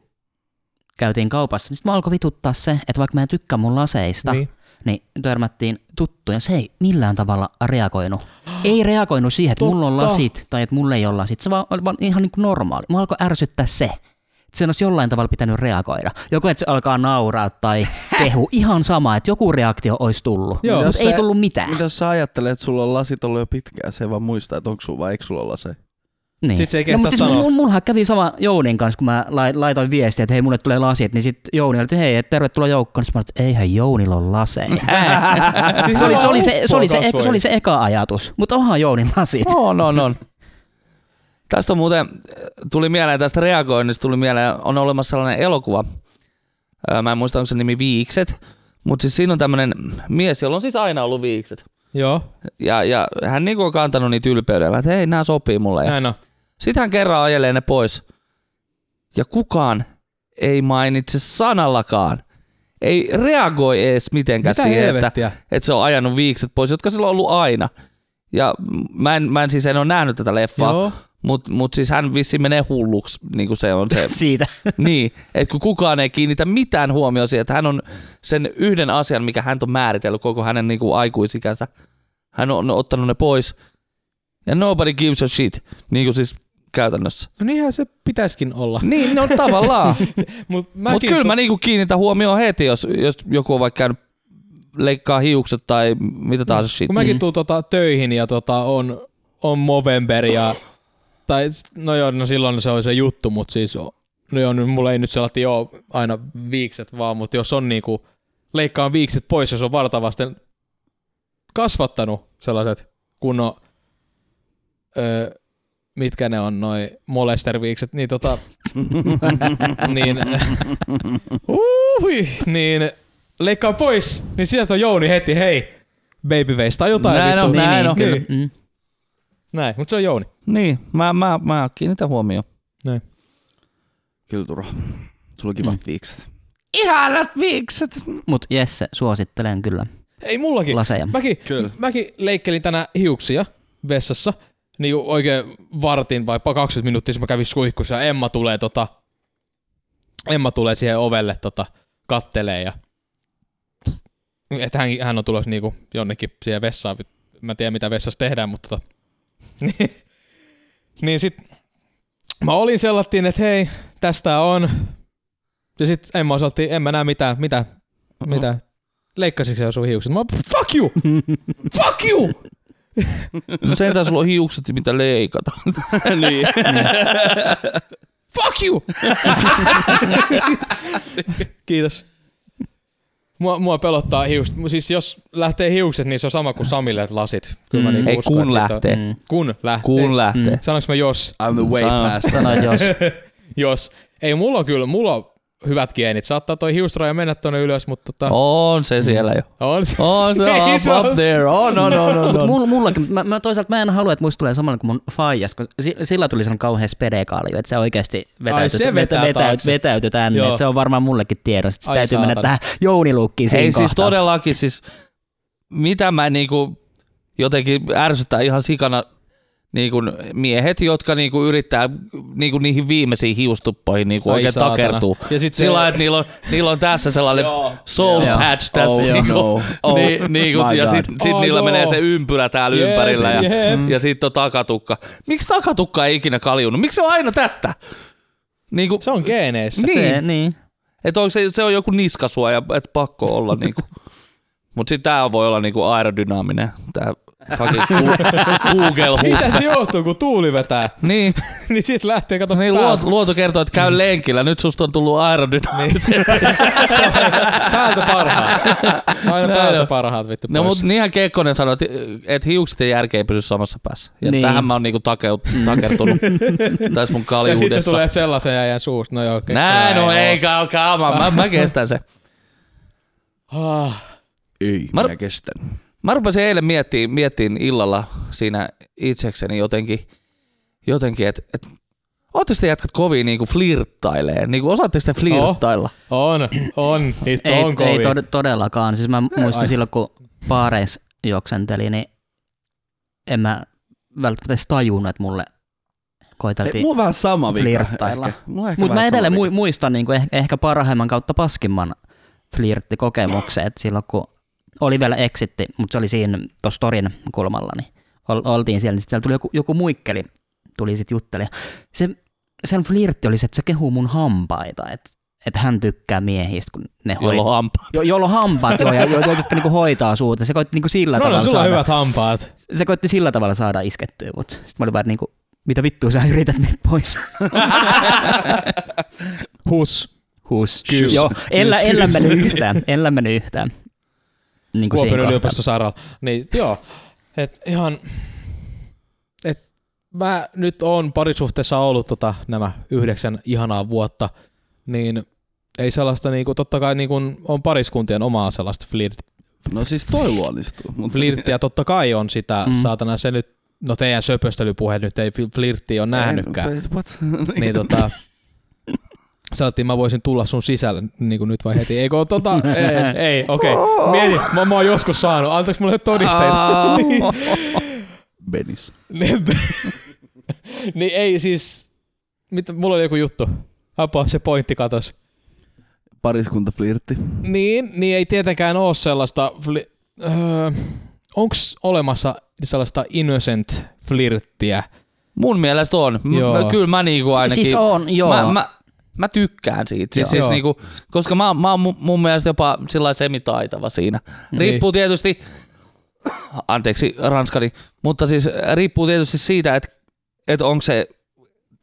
[SPEAKER 4] käytiin kaupassa, niin sit mä alkoi vituttaa se, että vaikka mä en tykkää mun laseista, niin,
[SPEAKER 2] Niin.
[SPEAKER 4] niin törmättiin tuttuja. Se ei millään tavalla reagoinut. Ei reagoinut siihen, että mulla on
[SPEAKER 2] Totta.
[SPEAKER 4] lasit tai että mulla ei ole lasit. Se vaan, oli vaan ihan niin kuin normaali. Mä alkoi ärsyttää se että sen olisi jollain tavalla pitänyt reagoida. Joko että se alkaa nauraa
[SPEAKER 2] (laughs)
[SPEAKER 4] tai kehu. Ihan sama, että joku reaktio olisi tullut.
[SPEAKER 2] Joo.
[SPEAKER 4] Mut ei tullut mitään.
[SPEAKER 1] Mitä jos sä ajattelet, että sulla on lasit ollut jo pitkään, se ei vaan muista, että onko sulla vai eikö sulla ole lase.
[SPEAKER 4] Niin.
[SPEAKER 2] Sit se ei kehtaa
[SPEAKER 4] mut
[SPEAKER 2] sanoa.
[SPEAKER 4] mul- mullahan kävi sama Jounin kanssa, kun mä lai- laitoin viestiä, että hei, mulle tulee lasit, niin sitten Jouni oli, että hei, et tervetuloa joukkoon. Sitten mä olin, että eihän Jounilla ole laseja.
[SPEAKER 2] (laughs) Siis
[SPEAKER 4] se, oli, se, oli
[SPEAKER 2] vaan
[SPEAKER 4] se, se, oli se,
[SPEAKER 2] uppoa (laughs)
[SPEAKER 4] se oli se eka ajatus, mutta onhan Jounin lasit.
[SPEAKER 3] On, on, on. No, Tästä on muuten, tuli mieleen tästä reagoinnista, tuli mieleen, on olemassa sellainen elokuva, Ö, mä en muista onko se nimi Viikset, mutta siis siinä on tämmöinen mies, jolla on siis aina ollut viikset.
[SPEAKER 2] Joo,
[SPEAKER 3] Ja, ja hän niinku on kantanut niitä ylpeydellä, että hei, nämä sopii mulle. Ja
[SPEAKER 2] näin on.
[SPEAKER 3] Sitten hän kerran ajelee ne pois. Ja kukaan ei mainitse sanallakaan. Ei reagoi edes mitenkään
[SPEAKER 2] Mitä
[SPEAKER 3] siihen, että,
[SPEAKER 2] helvettiä?
[SPEAKER 3] että se on ajanut viikset pois, jotka sillä on ollut aina. Ja m- mä en, mä en siis en ole nähnyt tätä leffaa,
[SPEAKER 2] Joo.
[SPEAKER 3] mutta mut siis hän vissi menee hulluksi, niin kuin se on se.
[SPEAKER 4] Siitä.
[SPEAKER 3] niin, että kun kukaan ei kiinnitä mitään huomioon siihen, että hän on sen yhden asian, mikä hän on määritellyt koko hänen niin kuin aikuisikänsä, hän on ottanut ne pois. Ja nobody gives a shit, niin kuin siis käytännössä.
[SPEAKER 2] No niinhän se pitäisikin olla.
[SPEAKER 3] Niin, no tavallaan.
[SPEAKER 2] (laughs) Mut,
[SPEAKER 3] Mutta
[SPEAKER 2] mäkin
[SPEAKER 3] kyllä
[SPEAKER 2] Ah. tu-
[SPEAKER 3] mä niinku kiinnitän huomioon heti, jos, jos joku on vaikka käynyt leikkaa hiukset tai mitä tahansa shit.
[SPEAKER 2] Kun mäkin tuun tota, töihin ja tota, on, on Movember ja... tai, s- no joo, no silloin se on se juttu, mutta siis... No joo, nyt mulla ei nyt sellainen joo aina viikset vaan, mutta jos on niinku... Leikkaan viikset pois, jos on vartavasten kasvattanut sellaiset kunnon... Öö, mitkä ne on noi molesterviikset, niin tota... niin... Uhui, niin leikkaa pois, niin sieltä on Jouni heti, hei, babyface tai jotain
[SPEAKER 3] Näin
[SPEAKER 2] vittu.
[SPEAKER 3] on, näin on.
[SPEAKER 2] Niin.
[SPEAKER 4] Mm.
[SPEAKER 2] Näin, mutta se on Jouni.
[SPEAKER 3] Niin, mä, mä, mä kiinnitän huomioon.
[SPEAKER 1] Kyllä Turo. Sulla on kivat viikset.
[SPEAKER 3] Ihanat viikset!
[SPEAKER 4] Mut Jesse,
[SPEAKER 2] (laughs)
[SPEAKER 4] suosittelen kyllä
[SPEAKER 2] Ei mullakin.
[SPEAKER 4] laseja.
[SPEAKER 2] Mäkin,
[SPEAKER 1] Kyllä.
[SPEAKER 2] mäkin leikkelin tänään hiuksia vessassa. Niin kuin oikein vartin vai pa- 20 minuuttia, sitten mä kävin suihkussa ja Emma tulee, tota, Emma tulee siihen ovelle tota, kattelee ja että hän, hän on tulossa niinku jonnekin siihen vessaan. Mä en tiedä mitä vessassa tehdään, mutta tota, (laughs) niin, niin sit mä olin sellattiin, että hei, tästä on. Ja sit Emma on sellattiin, en mä näe mitään, mitä, mitä. Leikkasitko sä sun hiukset? Mä oon, fuck you! Fuck you!
[SPEAKER 3] No sentään sulla on hiukset, mitä leikata.
[SPEAKER 2] (laughs)
[SPEAKER 1] niin.
[SPEAKER 2] Fuck you! Kiitos. Mua, mua pelottaa hiukset. Siis jos lähtee hiukset, niin se on sama kuin Samille lasit. Kyllä mä
[SPEAKER 4] Mm.
[SPEAKER 2] niinku
[SPEAKER 3] Ei
[SPEAKER 2] uskon,
[SPEAKER 3] kun
[SPEAKER 2] että siitä on-
[SPEAKER 3] lähtee.
[SPEAKER 4] Mm.
[SPEAKER 2] Kun lähtee.
[SPEAKER 3] Kun lähtee.
[SPEAKER 4] Mm.
[SPEAKER 2] Sanoinko mä jos?
[SPEAKER 1] I'm the way
[SPEAKER 3] Sano.
[SPEAKER 1] past.
[SPEAKER 4] Sanoit jos.
[SPEAKER 2] Jos. Ei mulla on kyllä, mulla on hyvät geenit. Saattaa toi hiusraja mennä tonne ylös, mutta tota,
[SPEAKER 3] On se siellä jo.
[SPEAKER 2] on se.
[SPEAKER 3] On (laughs) se
[SPEAKER 2] Ei se
[SPEAKER 3] up,
[SPEAKER 2] ole-
[SPEAKER 3] up there. On, on, on, on,
[SPEAKER 2] No.
[SPEAKER 4] Mut
[SPEAKER 3] on.
[SPEAKER 4] mulla, mullakin, mä, mä, toisaalta mä en halua, että musta tulee samalla kuin mun faijas, kun si- sillä tuli sen kauhean spedekaalio, että se oikeasti vetäytyy,
[SPEAKER 2] se vetää
[SPEAKER 4] vetäytyy,
[SPEAKER 2] taakse.
[SPEAKER 4] vetäytyy tänne,
[SPEAKER 2] Joo.
[SPEAKER 4] että se on varmaan mullekin tiedossa, että sit
[SPEAKER 2] Ai
[SPEAKER 4] täytyy mennä
[SPEAKER 2] saatana.
[SPEAKER 4] tähän jouniluukkiin siinä
[SPEAKER 3] Ei siis
[SPEAKER 4] kohtaa.
[SPEAKER 3] todellakin siis, mitä mä niinku jotenkin ärsyttää ihan sikana niinku miehet, jotka niinku yrittää niinku niihin viimeisiin hiustuppoihin niinku
[SPEAKER 2] Ai
[SPEAKER 3] oikein
[SPEAKER 2] saatana.
[SPEAKER 3] takertuu.
[SPEAKER 2] Ja sit se-
[SPEAKER 3] Sillä lailla, että niillä on, niillä on tässä sellainen
[SPEAKER 2] Joo.
[SPEAKER 3] soul
[SPEAKER 4] Joo.
[SPEAKER 3] patch tässä.
[SPEAKER 1] Oh,
[SPEAKER 3] niinku, (laughs)
[SPEAKER 1] no.
[SPEAKER 3] Oh,
[SPEAKER 1] Oh,
[SPEAKER 3] niin, niin
[SPEAKER 1] my
[SPEAKER 3] kuin, ja
[SPEAKER 1] God.
[SPEAKER 3] sitten sit
[SPEAKER 2] Oh,
[SPEAKER 3] niillä
[SPEAKER 2] joo.
[SPEAKER 3] menee se ympyrä täällä
[SPEAKER 2] Jep,
[SPEAKER 3] ympärillä ja,
[SPEAKER 2] jep.
[SPEAKER 3] ja sitten on takatukka. Miksi takatukka ei ikinä kaljunut? Miksi se on aina tästä? Niin kuin,
[SPEAKER 2] Se on geeneissä.
[SPEAKER 3] Niin.
[SPEAKER 4] Se, niin.
[SPEAKER 3] et onko se, se on joku niskasuoja, että pakko
[SPEAKER 2] (laughs)
[SPEAKER 3] olla niinku. Mut sit tää voi olla niinku aerodynaaminen, tää fucking
[SPEAKER 2] (laughs)
[SPEAKER 3] Gu- Google
[SPEAKER 2] Mitä
[SPEAKER 3] Hub.
[SPEAKER 2] se johtuu, kun tuuli vetää? (laughs)
[SPEAKER 3] Niin,
[SPEAKER 2] niin siitä lähtee, kato
[SPEAKER 3] niin
[SPEAKER 2] päältä.
[SPEAKER 3] luot, luoto kertoo, että
[SPEAKER 2] Mm.
[SPEAKER 3] käy lenkillä, nyt susta on tullut
[SPEAKER 2] Niin.
[SPEAKER 3] aerodynaaminen.
[SPEAKER 2] Päältä parhaat. Aina
[SPEAKER 3] Näin
[SPEAKER 2] päältä
[SPEAKER 3] on.
[SPEAKER 2] parhaat vittu
[SPEAKER 3] No
[SPEAKER 2] pois.
[SPEAKER 3] mut niinhän Kekkonen sanoi, että, että hiukset ja järki ei pysy samassa päässä. Ja
[SPEAKER 4] Niin.
[SPEAKER 3] tähän mä oon niinku takeut,
[SPEAKER 2] (laughs)
[SPEAKER 3] takertunut tässä
[SPEAKER 2] Mm. ja
[SPEAKER 3] mun
[SPEAKER 2] sit sä
[SPEAKER 3] kaljuudessa.
[SPEAKER 2] tulet sellaisen äijän suusta. No joo, okay.
[SPEAKER 3] Näin on, ei kaa, kaamaan. Mä, mä kestän se.
[SPEAKER 2] Ah,
[SPEAKER 1] Ei,
[SPEAKER 3] Mä-
[SPEAKER 1] minä kestän.
[SPEAKER 3] Mä rupesin eilen miettimään, miettimään illalla siinä itsekseni jotenkin, jotenkin että et, ootteko te jätkät kovin niinku flirttailee? Niinku osaatteko te flirttailla?
[SPEAKER 2] On, on. Niitä
[SPEAKER 4] Ei,
[SPEAKER 2] on
[SPEAKER 4] ei
[SPEAKER 2] kovin.
[SPEAKER 4] tod- todellakaan. Siis mä muistan
[SPEAKER 2] ai.
[SPEAKER 4] silloin, kun paareissa juoksenteli, niin en mä välttämättä edes tajunnut, että mulle
[SPEAKER 1] Ei,
[SPEAKER 4] koiteltiin.
[SPEAKER 1] mulla on vähän sama vika.
[SPEAKER 4] Flirttailla.
[SPEAKER 1] ehkä. Mulla on ehkä
[SPEAKER 4] Mutta mä
[SPEAKER 1] vähän sama
[SPEAKER 4] edelleen
[SPEAKER 1] vika.
[SPEAKER 4] mu- muistan niinku eh- ehkä parhaimman kautta paskimman flirttikokemuksen, että silloin kun oli vielä exitti, mutta se oli siinä tuossa torin kulmalla, niin ol- oltiin siellä, niin sitten siellä tuli joku, joku muikkeli, tuli sitten jutteli. Se, sen flirtti oli se, että se kehuu mun hampaita, että että hän tykkää miehistä, kun ne
[SPEAKER 3] Jolla on hampaa.
[SPEAKER 4] jo, jolla on hampaat joo, ja jo, jo, jotka niinku hoitaa suuta. Se koitti niinku sillä
[SPEAKER 2] No, no,
[SPEAKER 4] tavalla
[SPEAKER 2] sulla on
[SPEAKER 4] saada,
[SPEAKER 2] hyvät hampaat.
[SPEAKER 4] se koitti sillä tavalla saada iskettyä, mutta sitten mä olin vaan niinku, mitä vittua sä yrität mennä pois.
[SPEAKER 2] Hus.
[SPEAKER 4] Huus.
[SPEAKER 2] Kyys.
[SPEAKER 4] Joo, ellä,
[SPEAKER 2] Kyys.
[SPEAKER 4] ellä mennyt yhtään, ellä mennyt yhtään. Niin kuin
[SPEAKER 2] Kuopion
[SPEAKER 4] siinä kohtaa.
[SPEAKER 2] yliopistosairaala. Niin, joo. Et ihan... Et mä nyt oon parisuhteessa ollut tota, nämä yhdeksän ihanaa vuotta, niin ei sellaista, niinku, totta kai niinku, on pariskuntien omaa sellaista flirt,
[SPEAKER 1] No siis toi luonnistuu. Mut
[SPEAKER 2] flirttiä, totta kai on sitä,
[SPEAKER 4] Mm.
[SPEAKER 2] mm. saatana se nyt, no teidän söpöstelypuhe nyt ei fl- flirttiä
[SPEAKER 1] (laughs)
[SPEAKER 2] ole nähnytkään.
[SPEAKER 1] En- What?
[SPEAKER 2] niin tota, sanottiin, mä voisin tulla sun sisälle niin kuin nyt vai heti. Eikö oo tota, ei, ei okei. Okay. Mieti, mä, mä oon joskus saanut, antaako mulle todisteita? (laughs) niin,
[SPEAKER 1] Benis.
[SPEAKER 2] niin, (laughs) niin ei siis, mitä, mulla oli joku juttu. Apua, se pointti katos.
[SPEAKER 1] Pariskuntaflirtti.
[SPEAKER 2] Niin, niin ei tietenkään ole sellaista, fli- öö, onks olemassa sellaista innocent flirttiä?
[SPEAKER 3] Mun mielestä on. M-
[SPEAKER 2] Joo.
[SPEAKER 3] mä- kyllä mä niinku ainakin...
[SPEAKER 4] Siis on, joo.
[SPEAKER 3] Mä, mä, mä tykkään siitä. Siis,
[SPEAKER 2] Joo.
[SPEAKER 3] siis
[SPEAKER 2] Joo.
[SPEAKER 3] niinku, koska mä, mä oon mu- mun mielestä jopa sillä lailla semitaitava siinä.
[SPEAKER 2] Niin.
[SPEAKER 3] Riippuu tietysti, anteeksi ranskani, mutta siis riippuu tietysti siitä, että et onko se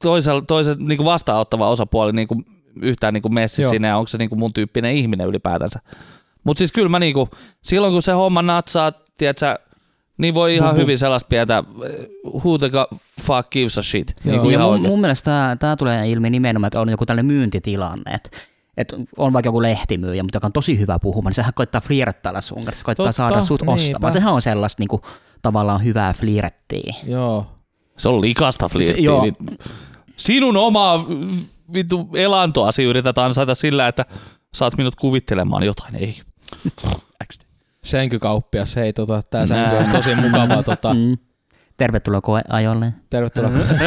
[SPEAKER 3] toisella, toisen niinku vastaanottava osapuoli niinku yhtään niinku messi
[SPEAKER 2] Joo.
[SPEAKER 3] siinä ja onko se niinku mun tyyppinen ihminen ylipäätänsä. Mutta siis kyllä mä niinku, silloin kun se homma natsaa, tiedätkö, niin voi ihan
[SPEAKER 2] Bubu.
[SPEAKER 3] hyvin sellaista pientä eh, who the go- fuck gives a shit. Niin
[SPEAKER 2] Joo.
[SPEAKER 3] kuin
[SPEAKER 4] Ja
[SPEAKER 3] ihan
[SPEAKER 4] mun,
[SPEAKER 3] mun,
[SPEAKER 4] mun mielestä tämä, tämä tulee ilmi nimenomaan, että on joku tällainen myyntitilanne, että et on vaikka joku lehtimyyjä, mutta joka on tosi hyvä puhumaan, niin sehän koittaa flirttailla sun kanssa, se koittaa
[SPEAKER 2] Totta,
[SPEAKER 4] Totta, saada sut
[SPEAKER 2] niinpä.
[SPEAKER 4] niinpä. ostamaan. Sehän on sellaista niinku, tavallaan hyvää flirttiä.
[SPEAKER 2] Joo.
[SPEAKER 3] Se on likasta
[SPEAKER 4] Se-
[SPEAKER 3] flirttiä.
[SPEAKER 4] joo.
[SPEAKER 3] vit- Sinun omaa mm, vittu elantoasi yrität ansaita sillä, että saat minut kuvittelemaan jotain. Ei.
[SPEAKER 2] Sänkykauppias, hei tota, tää
[SPEAKER 3] Nää.
[SPEAKER 2] sänky olisi tosi mukava tota,
[SPEAKER 4] Mm. Tervetuloa koeajolle.
[SPEAKER 2] Tervetuloa. (laughs) Mä voin-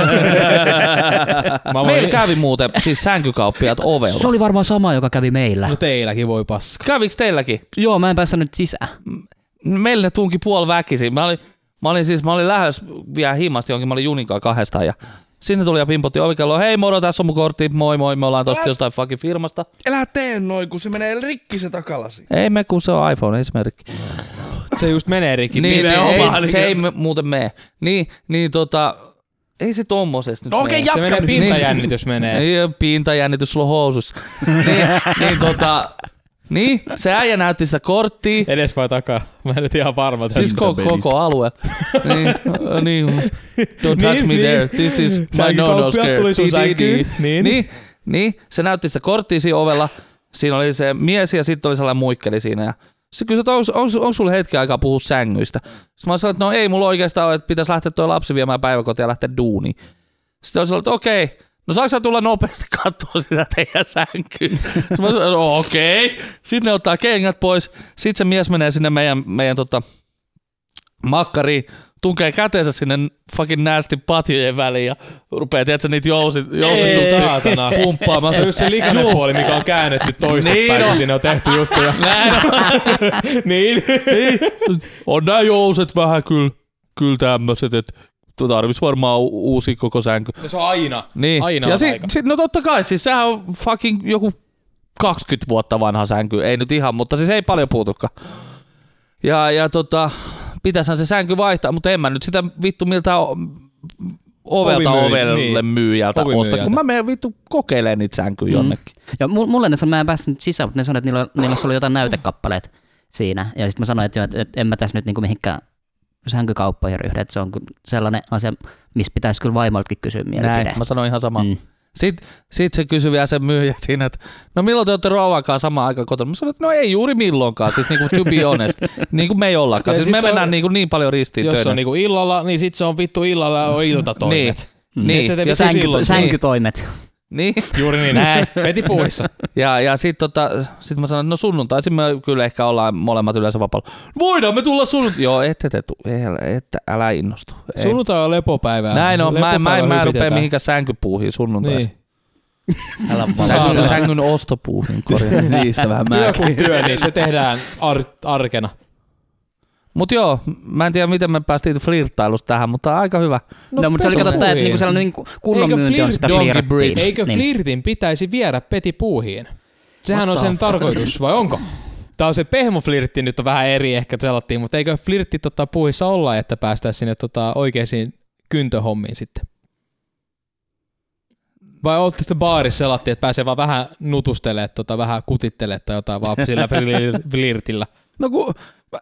[SPEAKER 3] Mm-hmm. Meillä kävi muuten siis sänkykauppiaat
[SPEAKER 4] Se
[SPEAKER 3] ovella.
[SPEAKER 4] oli varmaan sama, joka kävi meillä.
[SPEAKER 2] No teilläkin voi paska.
[SPEAKER 3] Käviks teilläkin?
[SPEAKER 4] Joo, mä en päästänyt sisään.
[SPEAKER 3] Meillä ne tunki puol väkisin. Mä olin, mä olin siis, mä olin lähes vielä himasti jonkin, mä olin Juninkaan kahdestaan ja sinne tuli ja pimpotti ovikelloon, hei moro, tässä on mun kortti, moi moi, me ollaan tosta jostain fucking firmasta.
[SPEAKER 1] Elä tee noin, kun se menee rikki se takalasi.
[SPEAKER 3] Ei me, kun se on iPhone, ei se mene rikki.
[SPEAKER 2] Se just menee rikki.
[SPEAKER 3] Niin, niin,
[SPEAKER 1] Nimenomaan,
[SPEAKER 3] ei,
[SPEAKER 1] niin
[SPEAKER 3] se ei
[SPEAKER 1] kyllä.
[SPEAKER 3] me- muuten mene. Niin, niin tota, ei se tommosesta nyt
[SPEAKER 1] Okei,
[SPEAKER 3] mene.
[SPEAKER 2] Se
[SPEAKER 1] jatka
[SPEAKER 2] menee
[SPEAKER 1] nyt.
[SPEAKER 2] pintajännitys menee.
[SPEAKER 3] Ei, Pintajännitys Niin, sulla on
[SPEAKER 2] (laughs)
[SPEAKER 3] housussa. niin, niin, tota, niin, se äijä näytti sitä korttia.
[SPEAKER 2] Edes vai takaa? Mä en nyt ihan varma.
[SPEAKER 3] Siis
[SPEAKER 2] tästä.
[SPEAKER 3] koko, koko alue. niin, äh, niin, don't touch
[SPEAKER 2] Niin,
[SPEAKER 3] me
[SPEAKER 2] niin.
[SPEAKER 3] there. This is my no-no
[SPEAKER 2] Sänkykauppiaat
[SPEAKER 3] scare.
[SPEAKER 2] tuli sun
[SPEAKER 3] Di, di, di.
[SPEAKER 2] sänkyyn. Niin.
[SPEAKER 3] Niin, niin, se näytti sitä korttia siinä ovella. Siinä oli se mies ja sitten oli sellainen muikkeli siinä. Ja sitten kysyi, että onko, onko, onko sulla hetki aikaa puhua sängyistä? Sitten mä sanoin, että no ei mulla oikeastaan ole, että pitäisi lähteä tuo lapsi viemään päiväkotiin ja lähteä duuniin. Sitten on sellainen, että okei, no saako sä tulla nopeasti katsoa sitä teidän sänkyä? Sitten mä sanoin, no okei. Sitten ne ottaa kengät pois. Sitten se mies menee sinne meidän, meidän tota, makkariin, tunkee käteensä sinne fucking näästi patjojen väliin ja rupeaa, tiedätkö, niitä jousit, jousit
[SPEAKER 2] Ei, saatana.
[SPEAKER 3] pumppaamaan.
[SPEAKER 2] Se on just se likainen puoli, mikä on käännetty toista
[SPEAKER 3] Niin
[SPEAKER 2] päin, kun
[SPEAKER 3] on.
[SPEAKER 2] siinä on tehty
[SPEAKER 3] (laughs)
[SPEAKER 2] juttuja.
[SPEAKER 3] Näin on.
[SPEAKER 2] niin.
[SPEAKER 3] on nämä jouset vähän kyllä, kyllä tämmöiset, että tarvitsisi varmaan u- uusi koko sänky.
[SPEAKER 2] No Se on aina.
[SPEAKER 3] Niin.
[SPEAKER 2] Aina
[SPEAKER 3] ja
[SPEAKER 2] on
[SPEAKER 3] si-
[SPEAKER 2] aika.
[SPEAKER 3] sit, no totta kai, siis sehän on fucking joku 20 vuotta vanha sänky, ei nyt ihan, mutta siis ei paljon puutukaan. Ja, ja tota, pitäisihän se sänky vaihtaa, mutta en mä nyt sitä vittu miltä o- ovelta
[SPEAKER 2] Ovimyy-
[SPEAKER 3] ovelle
[SPEAKER 2] niin.
[SPEAKER 3] myyjältä osta,
[SPEAKER 2] Ovimyyjältä.
[SPEAKER 3] kun mä menen vittu kokeilemaan niitä sänkyjä jonnekin.
[SPEAKER 4] Ja mu- mulle ne sanoi, mä en päästänyt sisään, mutta ne sanoi, että niillä, niillä oli jotain näytekappaleet siinä. Ja sitten mä sanoin, että, joo, että, että en mä tässä nyt niinku mihinkään sänkykauppoihin ryhdy, että se on kyllä sellainen asia, missä pitäisi kyllä vaimoltakin kysyä mielipide.
[SPEAKER 3] Näin, mä sanoin ihan samaa.
[SPEAKER 2] Niin.
[SPEAKER 4] Mm.
[SPEAKER 3] Sitten sit se kysyi vielä sen myyjä siinä, että no milloin te olette rouvan kanssa samaan aikaan kotona? Mä sanoin, että no ei juuri milloinkaan, siis niinku to
[SPEAKER 2] (laughs)
[SPEAKER 3] be honest. niin kuin me ei ollakaan.
[SPEAKER 2] Ja
[SPEAKER 3] Siis
[SPEAKER 2] sit
[SPEAKER 3] me
[SPEAKER 2] se on-
[SPEAKER 3] mennään niinku niin paljon ristiin
[SPEAKER 2] Jos se
[SPEAKER 3] töinä.
[SPEAKER 2] on niinku illalla, niin sit se on vittu illalla ja on iltatoimet.
[SPEAKER 3] Niin,
[SPEAKER 2] Ette
[SPEAKER 3] niin.
[SPEAKER 2] te
[SPEAKER 3] ja
[SPEAKER 2] mitään
[SPEAKER 3] sänky,
[SPEAKER 2] silloin-
[SPEAKER 3] sänky.
[SPEAKER 4] Sänkytoimet.
[SPEAKER 3] Niin.
[SPEAKER 2] Juuri niin.
[SPEAKER 3] Näin.
[SPEAKER 2] Peti puissa.
[SPEAKER 3] (laughs) Ja, ja sitten tota, sit mä sanoin, että no sunnuntaisin me kyllä ehkä ollaan molemmat yleensä vapaalla. Voidaan me tulla sunnuntai. Joo, ette te tuu. Ei, ette, älä innostu. Ei.
[SPEAKER 2] Sunnuntai on lepopäivää.
[SPEAKER 3] Näin on. Mä, en- mä, en- mä en rupea
[SPEAKER 2] hypitetään.
[SPEAKER 3] mihinkään sänkypuuhin sunnuntaisin.
[SPEAKER 2] Niin.
[SPEAKER 1] Älä
[SPEAKER 3] Sängyn,
[SPEAKER 2] Saatana.
[SPEAKER 3] sängyn ostopuuhin
[SPEAKER 1] (laughs)
[SPEAKER 3] korjaan.
[SPEAKER 1] Niistä vähän
[SPEAKER 2] Työ
[SPEAKER 1] mäkin.
[SPEAKER 2] kuin työ, niin se tehdään ar- arkena.
[SPEAKER 3] Mut joo, mä en tiedä miten me päästiin flirttailusta tähän, mutta aika hyvä.
[SPEAKER 4] No, no mutta se oli katsottu, että niinku sellainen niinku kunnon
[SPEAKER 2] Eikö
[SPEAKER 4] myynti on
[SPEAKER 2] flirt-
[SPEAKER 4] sitä
[SPEAKER 3] Donkey
[SPEAKER 4] flirttiä.
[SPEAKER 3] Bridge?
[SPEAKER 2] Eikö
[SPEAKER 4] Niin.
[SPEAKER 2] flirtin pitäisi viedä peti puuhiin? Sehän on sen tarkoitus, vai onko? Tämä on se pehmoflirtti nyt on vähän eri ehkä selattiin, mutta eikö flirtti tota puuhissa olla, että päästään sinne tota oikeisiin kyntöhommiin sitten? Vai olette sitten baarissa selattiin, että pääsee vaan vähän
[SPEAKER 4] (laughs)
[SPEAKER 2] nutustelee, tota, vähän kutittelee tai jotain vaan sillä flir- flirtillä?
[SPEAKER 1] No kun, mä,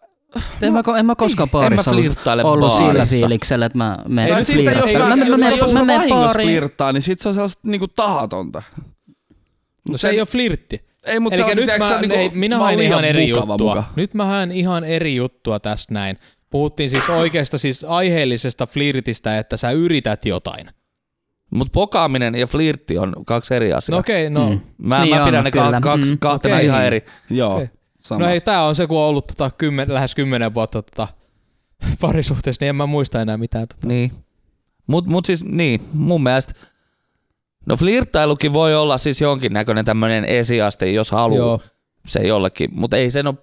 [SPEAKER 4] En mä, ko- en mä koskaan
[SPEAKER 3] en mä
[SPEAKER 4] baarissa ollut,
[SPEAKER 3] flirttaile
[SPEAKER 4] ollut sillä
[SPEAKER 3] baarissa.
[SPEAKER 4] fiiliksellä, että mä menen
[SPEAKER 1] Tai sitten jos mä,
[SPEAKER 4] flirttailemaan. Mä, mä, mä,
[SPEAKER 1] jos
[SPEAKER 4] menen-
[SPEAKER 1] mä,
[SPEAKER 4] mä menen
[SPEAKER 1] vahingossa
[SPEAKER 4] baariin.
[SPEAKER 1] flirttaan, niin sit se on sellaista niinku tahatonta.
[SPEAKER 2] No se ei ole flirtti.
[SPEAKER 1] Ei, mutta
[SPEAKER 2] Elikkä
[SPEAKER 1] se on,
[SPEAKER 2] nyt
[SPEAKER 1] tiedätkö,
[SPEAKER 2] mä,
[SPEAKER 1] sä, niinku,
[SPEAKER 2] ei, minä
[SPEAKER 1] mä oon
[SPEAKER 2] haen
[SPEAKER 1] liian
[SPEAKER 2] ihan eri
[SPEAKER 1] mukava
[SPEAKER 2] juttua.
[SPEAKER 1] muka.
[SPEAKER 2] Nyt mä haen ihan eri juttua tästä näin. Puhuttiin siis oikeasta, siis aiheellisesta flirtistä, että sä yrität jotain. No
[SPEAKER 3] Mutta pokaaminen ja flirtti on kaksi eri asiaa.
[SPEAKER 2] No
[SPEAKER 3] Okay.
[SPEAKER 2] okei, okay, no, mm.
[SPEAKER 3] Mä,
[SPEAKER 4] Niin
[SPEAKER 3] niin mä
[SPEAKER 4] on,
[SPEAKER 3] pidän ne
[SPEAKER 4] kyllä.
[SPEAKER 3] ka- kaksi,
[SPEAKER 4] Mm.
[SPEAKER 3] kahtena
[SPEAKER 2] Okei.
[SPEAKER 3] ihan eri.
[SPEAKER 1] Joo,
[SPEAKER 2] Okei.
[SPEAKER 1] sama.
[SPEAKER 2] no hei, tää on se, kun on ollut tota kymmen, lähes kymmenen vuotta tota, (laughs) parisuhteessa, niin en mä muista enää mitään. Tota.
[SPEAKER 3] Niin. Mut, mut siis niin, mun mielestä No flirttailukin voi olla siis jonkinnäköinen tämmöinen esiaste, jos haluaa
[SPEAKER 2] Joo.
[SPEAKER 3] se jollekin, mutta ei sen ole,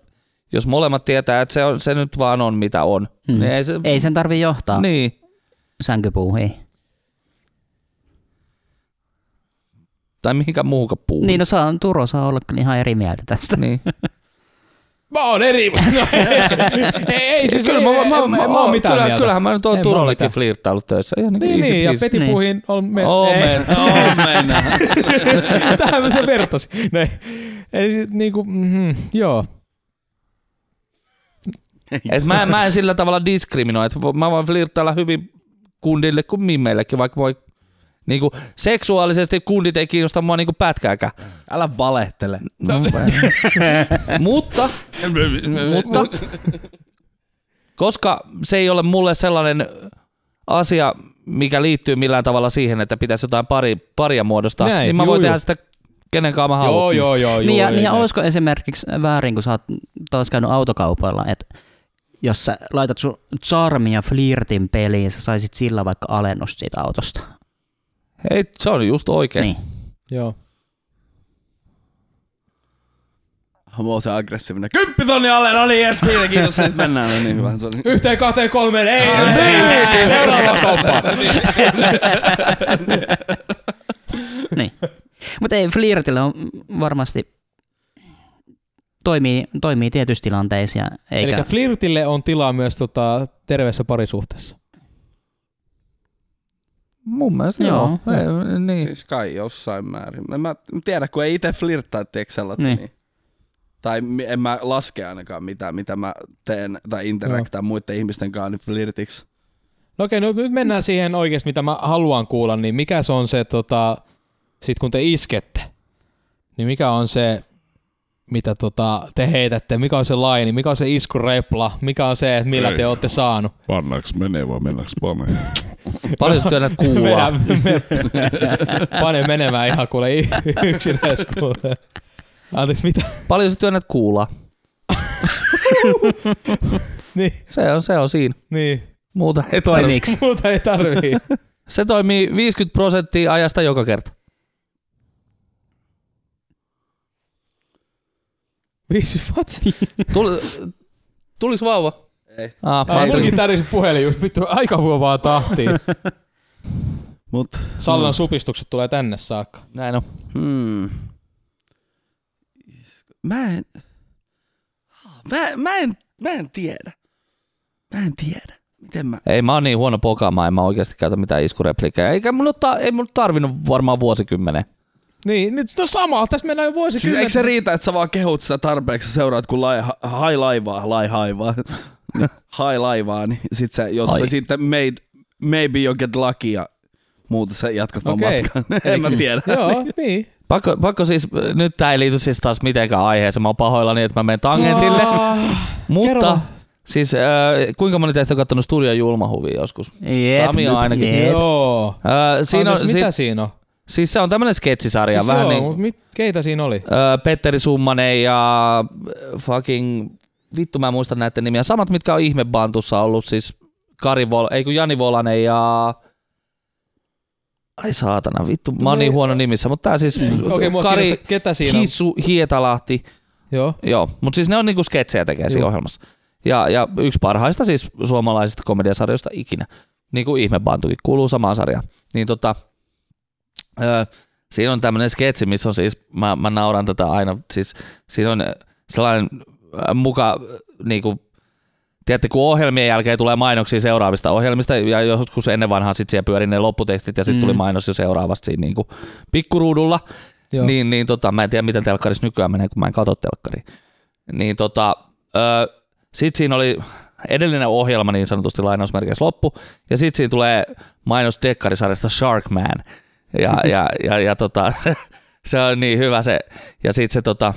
[SPEAKER 3] jos molemmat tietää, että se, on, se nyt vaan on mitä on, mm.
[SPEAKER 4] Mm.
[SPEAKER 3] niin ei se,
[SPEAKER 4] Ei sen tarvi johtaa niin.
[SPEAKER 3] niin.
[SPEAKER 4] sänkypuuhiin.
[SPEAKER 3] tai mihinkä muuhun puu.
[SPEAKER 4] Niin, no saa, Turo saa olla kyllä ihan eri mieltä tästä.
[SPEAKER 3] niin.
[SPEAKER 2] Mä oon eri. (laughs) No, ei, ei, siis
[SPEAKER 3] kyllä,
[SPEAKER 2] ei,
[SPEAKER 3] mä, mä,
[SPEAKER 2] en-
[SPEAKER 3] mä,
[SPEAKER 2] en
[SPEAKER 3] mä,
[SPEAKER 2] oon
[SPEAKER 3] mä,
[SPEAKER 2] mitään
[SPEAKER 3] kyllä,
[SPEAKER 2] mieltä.
[SPEAKER 3] kyllähän mä nyt
[SPEAKER 2] En
[SPEAKER 3] oon
[SPEAKER 2] mä
[SPEAKER 3] Turollekin
[SPEAKER 2] mitään.
[SPEAKER 3] flirttailut töissä. Ihan niin,
[SPEAKER 2] Niin,
[SPEAKER 3] easy
[SPEAKER 2] niin, ja
[SPEAKER 3] peasy.
[SPEAKER 2] Peti
[SPEAKER 4] Niin.
[SPEAKER 2] Puhin on... Me, (laughs)
[SPEAKER 3] Omen, omen.
[SPEAKER 2] Tähän mä sitä vertasin. No, ei, ei sit niinku, mm, joo.
[SPEAKER 3] Et mä, mä en sillä tavalla diskriminoi, että mä voin flirttailla hyvin kundille kuin mimmeillekin, vaikka voi niinku, seksuaalisesti kundit ei kiinnosta mua niinku pätkääkään.
[SPEAKER 1] Älä valehtele.
[SPEAKER 3] No, (laughs) mutta, mutta, koska se ei ole mulle sellainen asia, mikä liittyy millään tavalla siihen, että pitäisi jotain pari, paria muodostaa,
[SPEAKER 2] Näin,
[SPEAKER 3] Näin, niin mä
[SPEAKER 2] juu,
[SPEAKER 3] voin
[SPEAKER 2] juu.
[SPEAKER 3] tehdä sitä kenen kanssa mä haluan.
[SPEAKER 2] Joo, joo, joo.
[SPEAKER 4] niin,
[SPEAKER 2] joo,
[SPEAKER 4] ja, niin
[SPEAKER 2] ei
[SPEAKER 4] ja
[SPEAKER 2] näin.
[SPEAKER 4] olisiko esimerkiksi väärin, kun sä oot taas käynyt autokaupoilla, että jos sä laitat sun charmin ja flirtin peliin, sä saisit sillä vaikka alennus siitä autosta.
[SPEAKER 3] Ei, se on just oikein.
[SPEAKER 4] Niin.
[SPEAKER 2] Joo.
[SPEAKER 1] Mä oon se aggressiivinen. Kymppi tonni alle, no niin, jes, kiitos, kiitos, sitten mennään. No niin, hyvä, se oli.
[SPEAKER 2] Yhteen, kahteen, kolmeen, ei, ei, ei, seuraava kauppa. (laughs)
[SPEAKER 4] niin. Mutta ei, flirtillä on varmasti toimii, toimii tietyissä tilanteissa. ja Eikä,
[SPEAKER 2] Eli flirtille on tilaa myös tota, terveessä parisuhteessa.
[SPEAKER 3] Mun mielestä
[SPEAKER 4] Joo.
[SPEAKER 3] joo. joo. Ei, niin.
[SPEAKER 1] Siis kai jossain määrin. En mä tiedä, kun ei itse flirttaa, tiedätkö sellaista,
[SPEAKER 4] Niin.
[SPEAKER 1] niin. Tai mi- en mä laske ainakaan mitään, mitä mä teen tai interaktaan muiden ihmisten kanssa, niin flirtiksi.
[SPEAKER 2] No okei, no, nyt mennään siihen oikeasti, mitä mä haluan kuulla, niin mikä se on se, tota, sit kun te iskette, niin mikä on se, mitä tota, te heitätte, mikä on se laini, mikä on se iskurepla, mikä on se, että millä te olette saanut.
[SPEAKER 6] Pannaks menee vai mennäks paneen?
[SPEAKER 3] Paljon sä työnnät kuulaa.
[SPEAKER 2] Vedä, me, pane menemään ihan kuule y- yksin edes kuule. Anteeksi, mitä?
[SPEAKER 3] Paljon sä työnnät kuulaa.
[SPEAKER 2] Niin,
[SPEAKER 3] Se on, se on siinä.
[SPEAKER 2] niin.
[SPEAKER 3] Muuta ei
[SPEAKER 4] tai
[SPEAKER 3] tarvi.
[SPEAKER 4] miksi?
[SPEAKER 2] Muuta ei tarvii.
[SPEAKER 3] Se toimii 50 prosenttia ajasta joka kerta.
[SPEAKER 2] 5 what?
[SPEAKER 3] Tuli, tulis vauva?
[SPEAKER 1] Ei.
[SPEAKER 3] Ah,
[SPEAKER 2] Ai,
[SPEAKER 3] Patrik.
[SPEAKER 2] Mulkin tärisit puhelin just vittu aika huovaa tahtiin.
[SPEAKER 1] Mut,
[SPEAKER 2] (laughs) Sallan supistukset tulee tänne saakka.
[SPEAKER 3] Näin on.
[SPEAKER 1] hmm. Isku- Mä en... Mä, mä, en, mä en tiedä. Mä en tiedä. Miten mä...
[SPEAKER 3] Ei mä oon niin huono pokaamaan, en mä oikeasti käytä mitään iskurepliikkejä. Eikä mun oo ta- ei mun tarvinnut varmaan vuosikymmenen.
[SPEAKER 2] Niin, nyt no sama. Tässä mennään jo
[SPEAKER 1] Siis
[SPEAKER 2] vuosikymmenet.
[SPEAKER 1] eikö se riitä, että sä vaan kehut sitä tarpeeksi ja seuraat, kun lai, ha- hai laivaa, lai
[SPEAKER 3] (laughs)
[SPEAKER 1] haivaa, Niin, hai laivaa, niin sit sä, jos sä
[SPEAKER 3] Hai.
[SPEAKER 1] sitten made, maybe you get lucky ja muuta sä jatkat vaan
[SPEAKER 2] Okei.
[SPEAKER 1] matkaan. (laughs) en mä
[SPEAKER 3] (laughs)
[SPEAKER 1] tiedä.
[SPEAKER 2] Joo, niin.
[SPEAKER 3] Pakko, pakko siis, nyt tää ei liity siis taas mitenkään aiheeseen. Mä oon pahoillani, että mä menen tangentille.
[SPEAKER 2] Ah,
[SPEAKER 3] mutta
[SPEAKER 2] kerro.
[SPEAKER 3] siis äh, kuinka moni teistä on kattonut Studio Julmahuvia joskus?
[SPEAKER 4] Jep,
[SPEAKER 3] Sami on
[SPEAKER 4] nyt
[SPEAKER 3] ainakin.
[SPEAKER 4] jep.
[SPEAKER 2] Joo.
[SPEAKER 3] Äh, siinä
[SPEAKER 2] Anteeksi,
[SPEAKER 3] on, si-
[SPEAKER 2] mitä siinä on?
[SPEAKER 3] siis se on tämmönen sketsisarja.
[SPEAKER 2] Siis
[SPEAKER 3] vähän
[SPEAKER 2] joo,
[SPEAKER 3] niin,
[SPEAKER 2] mut mit, keitä siinä oli?
[SPEAKER 3] Öö, Petteri Summanen ja äh, fucking, vittu mä en muista näiden nimiä, samat mitkä on ihmebantussa ollut, siis Kari Vol, ei kun Jani Volanen ja... Ai saatana, vittu, mä oon
[SPEAKER 2] Me-
[SPEAKER 3] niin huono nimissä, mutta tää siis
[SPEAKER 2] Okei, mua
[SPEAKER 3] Kari
[SPEAKER 2] kiinnostaa, ketä siinä on?
[SPEAKER 3] Hissu Hietalahti,
[SPEAKER 2] Joo.
[SPEAKER 3] joo, mutta siis ne on niinku sketsejä tekee siinä
[SPEAKER 2] Joo.
[SPEAKER 3] ohjelmassa. Ja, ja yksi parhaista siis suomalaisista komediasarjoista ikinä, niin kuin ihmebantukin, kuuluu samaan sarjaan. Niin tota, Öö, siinä on tämmöinen sketsi, missä on siis, mä, mä nauran tätä aina, siis siinä on sellainen äh, muka, äh, niinku, tiedätte, kun ohjelmien jälkeen tulee mainoksia seuraavista ohjelmista, ja joskus ennen vanhaan sitten siellä pyöri ne lopputekstit, ja sitten
[SPEAKER 4] Mm.
[SPEAKER 3] tuli mainos jo seuraavasta siinä niinku, pikkuruudulla,
[SPEAKER 2] Joo.
[SPEAKER 3] niin, niin tota, mä en tiedä miten telkkarissa nykyään menee, kun mä en katso telkkari. Niin tota, öö, Sitten siinä oli edellinen ohjelma niin sanotusti lainausmerkeissä loppu, ja sitten siinä tulee mainos dekkarisarjasta Sharkman, ja, ja, ja, ja tota, (laughs) se, se on niin hyvä se, ja sitten se tota,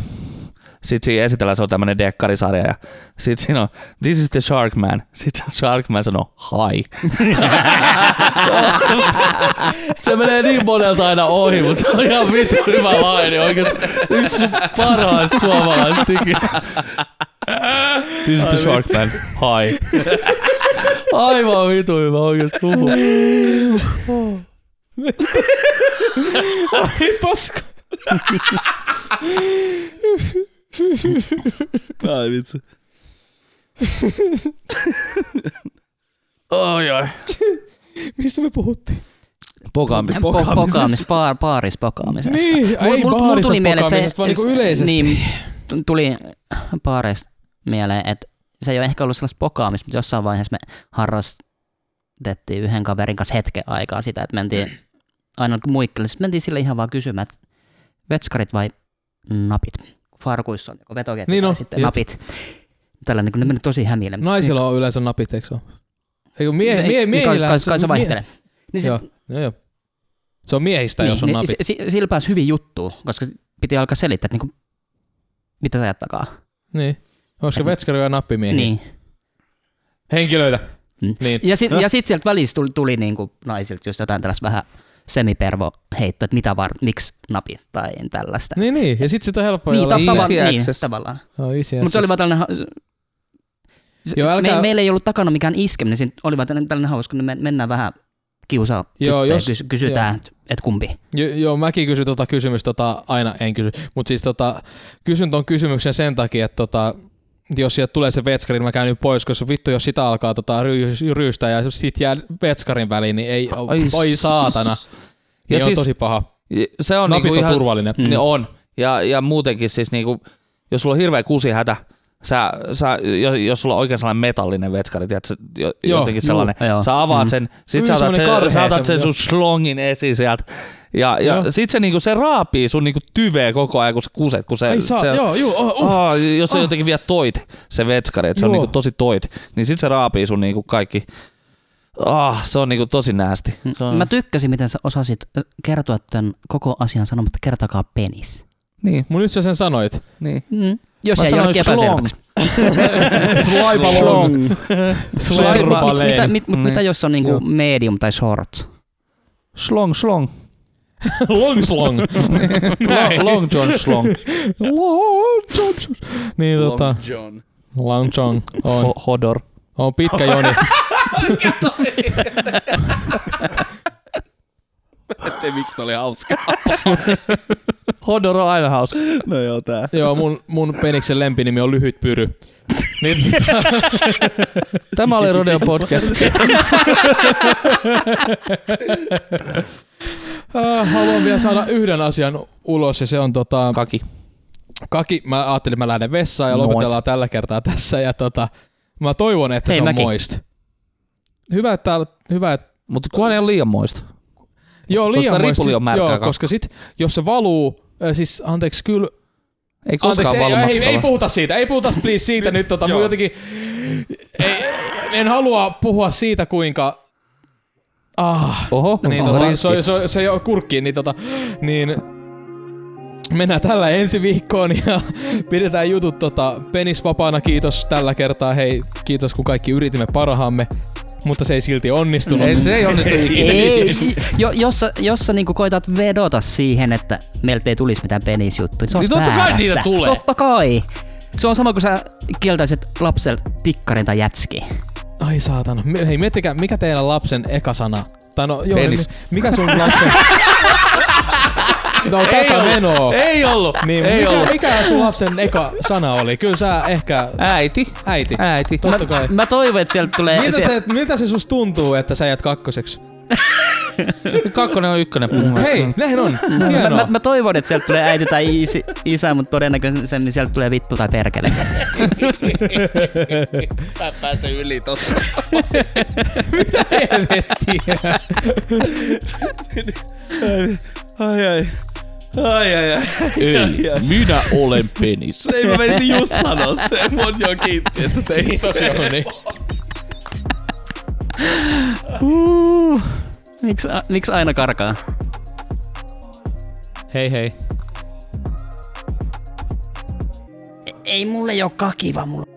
[SPEAKER 3] sitten siinä esitellään, se on tämmöinen dekkarisarja, ja sitten siinä on, this is the Sharkman, sitten Sharkman sanoo, hi. (laughs) se menee niin monelta aina ohi, mutta se on ihan vittu hyvä laini, oikeesti yksi parhaista suomalaisista ikinä. This is the Sharkman, hi. Aivan vitu hyvä oikeesti. Uhu.
[SPEAKER 2] Ei paska.
[SPEAKER 1] Ai vitsi.
[SPEAKER 3] (laughs) Oi, oi.
[SPEAKER 2] Mistä me puhuttiin?
[SPEAKER 1] Pokaamis.
[SPEAKER 4] Po- pokaamis, paar, paaris pokaamisesta.
[SPEAKER 2] Niin, ei
[SPEAKER 4] mul- mul
[SPEAKER 2] baarissa
[SPEAKER 4] mieleen
[SPEAKER 2] pokaamisesta, vaan niinku yleisesti.
[SPEAKER 4] Niin, t- tuli paareista mieleen, että se ei ole ehkä ollut sellaista pokaamista, mutta jossain vaiheessa me harrastettiin yhden kaverin kanssa hetken aikaa sitä, että mentiin (clears throat) aina kun muikkeli, sitten mentiin sille ihan vaan kysymään, että vetskarit vai napit? Farkuissa on joko vetoketju
[SPEAKER 2] Niin
[SPEAKER 4] niin
[SPEAKER 2] on,
[SPEAKER 4] tai sitten
[SPEAKER 2] jep.
[SPEAKER 4] napit. Tällainen, kun ne meni tosi hämille.
[SPEAKER 2] Naisilla on yleensä napit, eikö se ole? Eikö mie, mie,
[SPEAKER 4] Ei, niin kai-
[SPEAKER 2] miehillä...
[SPEAKER 4] kai, kai se vaihtelee. Niin sit-
[SPEAKER 2] Joo, joo, joo. Se on miehistä, jos on
[SPEAKER 4] niin,
[SPEAKER 2] napit.
[SPEAKER 4] Si, si, sillä pääsi hyvin juttuun, koska piti alkaa selittää, että niinku, mitä sä ajattakaa.
[SPEAKER 2] Niin. Olisiko
[SPEAKER 4] Niin.
[SPEAKER 2] vetskari ja nappimiehiä?
[SPEAKER 4] Niin.
[SPEAKER 2] Henkilöitä.
[SPEAKER 4] Mm.
[SPEAKER 2] Niin.
[SPEAKER 4] Ja, sit,
[SPEAKER 2] No.
[SPEAKER 4] ja sit sieltä välissä tuli, tuli niinku naisilta just jotain tällaista vähän semipervo heittoa, että mitä var, miksi napit tai tällaista.
[SPEAKER 2] Niin, niin. Ja sit sitä on helppo
[SPEAKER 4] Niin,
[SPEAKER 2] olla
[SPEAKER 4] ta-
[SPEAKER 2] easy-
[SPEAKER 4] tava,
[SPEAKER 3] easy
[SPEAKER 4] niin
[SPEAKER 3] access.
[SPEAKER 4] tavallaan.
[SPEAKER 2] Joo, easy
[SPEAKER 4] Mutta se oli
[SPEAKER 2] access.
[SPEAKER 4] vaan tällainen... ha-
[SPEAKER 2] Joo, älkää-
[SPEAKER 4] Me, meillä ei ollut takana mikään iskeminen, siinä oli vaan tällainen, tällainen hauska, kun me mennään vähän kiusaa
[SPEAKER 2] Joo,
[SPEAKER 4] tyttöjä,
[SPEAKER 2] jos-
[SPEAKER 4] kys, kysytään, että et kumpi.
[SPEAKER 2] Jo, joo, mäkin kysyn tota kysymystä, tota, aina en kysy, mutta siis tota, kysyn ton kysymyksen sen takia, että tota, jos sieltä tulee se vetskari, niin mä käyn nyt pois, koska vittu, jos sitä alkaa tota, ryy, ryystää ja sit jää vetskarin väliin, niin ei,
[SPEAKER 3] Ai
[SPEAKER 2] Ai oi saatana,
[SPEAKER 3] Ja
[SPEAKER 2] niin on
[SPEAKER 3] siis-
[SPEAKER 2] tosi paha.
[SPEAKER 3] Se on
[SPEAKER 2] Napit
[SPEAKER 3] niinku
[SPEAKER 2] on
[SPEAKER 3] ihan,
[SPEAKER 2] turvallinen.
[SPEAKER 3] Mm. Niin on. Ja, ja muutenkin siis niinku, jos sulla on hirveä kusihätä, sä, sä, jos, jos sulla on oikein sellainen metallinen vetskari, tiedätkö, jo,
[SPEAKER 2] Joo,
[SPEAKER 3] jotenkin
[SPEAKER 2] juu,
[SPEAKER 3] sellainen,
[SPEAKER 4] joo.
[SPEAKER 3] sä avaat sen, sit
[SPEAKER 2] Kyllä
[SPEAKER 3] sä otat
[SPEAKER 2] semmonen
[SPEAKER 3] sen,
[SPEAKER 2] karhea
[SPEAKER 3] sä otat sen
[SPEAKER 2] semmonen,
[SPEAKER 3] sun slongin esiin sieltä, ja, ja
[SPEAKER 2] Joo.
[SPEAKER 3] sit se, niinku, se raapii sun niinku tyveä koko ajan, kun sä kuset, kun se,
[SPEAKER 2] Ai saa,
[SPEAKER 3] se
[SPEAKER 2] joo, joo, oh, uh,
[SPEAKER 3] Aa, jos se jotenkin vielä toit, se vetskari, että se on
[SPEAKER 2] Joo.
[SPEAKER 3] niinku tosi toit, niin sit se raapii sun niinku kaikki, ah, se on niinku tosi näästi. Se on,
[SPEAKER 4] Mä tykkäsin, miten sä osasit ö, kertoa tämän koko asian sanomatta, kertokaa penis.
[SPEAKER 3] niin,
[SPEAKER 2] mun nyt sä sen sanoit.
[SPEAKER 3] niin.
[SPEAKER 4] Mm. Jos
[SPEAKER 3] Mä
[SPEAKER 4] jäi
[SPEAKER 3] sanoin
[SPEAKER 4] jollekin epäselväksi.
[SPEAKER 3] (laughs)
[SPEAKER 2] Slaipa (laughs)
[SPEAKER 3] Slaipa-
[SPEAKER 4] Mitä,
[SPEAKER 2] Slaipa
[SPEAKER 4] mit, mut
[SPEAKER 3] Niin.
[SPEAKER 4] mitä jos on
[SPEAKER 2] Joo.
[SPEAKER 4] niinku medium tai short?
[SPEAKER 3] Slong, slong.
[SPEAKER 2] Long slong.
[SPEAKER 3] Long, long John Slong.
[SPEAKER 2] Long John. Niin tota,
[SPEAKER 1] John.
[SPEAKER 2] Long John on,
[SPEAKER 3] Ho- Hodor.
[SPEAKER 2] on pitkä joni.
[SPEAKER 1] Ettei miksi tää oli hauska.
[SPEAKER 3] Hodor on aina hauska.
[SPEAKER 1] No joo, tää.
[SPEAKER 2] Joo, mun, mun peniksen lempinimi on Lyhyt Pyry. Niin,
[SPEAKER 3] Tämä oli Rodeo Podcast.
[SPEAKER 2] äh, haluan vielä saada yhden asian ulos ja se on tota,
[SPEAKER 3] Kaki.
[SPEAKER 2] Kaki. Mä ajattelin, mä lähden vessaan ja
[SPEAKER 3] Nois.
[SPEAKER 2] lopetellaan tällä kertaa tässä. Ja tota, mä toivon, että
[SPEAKER 4] Hei,
[SPEAKER 2] se on
[SPEAKER 4] mäkin.
[SPEAKER 2] moist. Hyvä, että täällä, hyvä, että
[SPEAKER 3] Mutta kunhan ei ole liian moista.
[SPEAKER 2] Joo,
[SPEAKER 3] Koska
[SPEAKER 2] liian
[SPEAKER 3] ripuli
[SPEAKER 2] moista-
[SPEAKER 3] on märkää
[SPEAKER 2] Joo,
[SPEAKER 3] kanssa.
[SPEAKER 2] koska sit, jos se valuu, äh, siis anteeksi, kyllä,
[SPEAKER 3] Ei koskaan
[SPEAKER 2] anteeksi, ei,
[SPEAKER 3] valu
[SPEAKER 2] ei, ei,
[SPEAKER 3] matkalla.
[SPEAKER 2] puhuta siitä, ei puhuta please siitä nyt, tota, mun jotenkin, ei, en halua puhua siitä, kuinka Ah,
[SPEAKER 3] Oho,
[SPEAKER 2] niin, tota, se, on- se, on- se ei ole kurkki, niin, tota, niin mennään tällä ensi viikkoon ja (laughs) pidetään jutut tota, penisvapaana. Kiitos tällä kertaa. Hei, kiitos kun kaikki yritimme parhaamme, mutta se ei silti onnistunut.
[SPEAKER 3] Ei, se ei onnistu ikinä.
[SPEAKER 4] Ei, jo, jos, sä- jos sä niinku koetat vedota siihen, että meiltä ei tulisi mitään penisjuttuja, se on
[SPEAKER 3] Niin totta kai
[SPEAKER 4] väärässä.
[SPEAKER 3] niitä tulee.
[SPEAKER 4] Totta kai. Se on sama kuin sä kieltäisit lapselle tikkarin tai jätski.
[SPEAKER 2] Ai saatana. Mi- Hei, miettikää, mikä teidän lapsen eka sana? Tai no, joo,
[SPEAKER 3] Penis.
[SPEAKER 2] mi- mikä sun lapsen... no,
[SPEAKER 3] Ei
[SPEAKER 2] tätä
[SPEAKER 3] ollut.
[SPEAKER 2] menoa.
[SPEAKER 3] Ei ollut.
[SPEAKER 2] Niin,
[SPEAKER 3] ei
[SPEAKER 2] mikä,
[SPEAKER 3] ollut.
[SPEAKER 2] mikä sun lapsen eka sana oli? Kyllä sä ehkä
[SPEAKER 3] Äiti.
[SPEAKER 2] äiti.
[SPEAKER 3] Äiti.
[SPEAKER 2] Totta kai.
[SPEAKER 4] Mä toivon, että sieltä tulee...
[SPEAKER 2] Miltä,
[SPEAKER 4] sieltä-
[SPEAKER 2] te, miltä se susta tuntuu, että sä jäät kakkoseksi?
[SPEAKER 3] Kakkonen on ykkönen mun mielestä.
[SPEAKER 2] Hei, näin on.
[SPEAKER 4] Mä, mä,
[SPEAKER 2] Hienoa.
[SPEAKER 4] mä, toivon, että sieltä tulee äiti tai isi, isä, mutta todennäköisemmin sieltä tulee vittu tai perkele.
[SPEAKER 1] Tää pääsee yli tosta.
[SPEAKER 2] Helvettiä.
[SPEAKER 1] Ai ai. Ai, ai, ai.
[SPEAKER 7] Ei, minä olen penis.
[SPEAKER 1] Ei mä menisin just sanoa sen. Mun jo kiitti, että sä teit sen.
[SPEAKER 2] Se on niin. Uhuh.
[SPEAKER 4] Uh, miksi, a- miksi aina karkaa?
[SPEAKER 2] Hei hei.
[SPEAKER 4] Ei mulle ei oo kaki, vaan mulla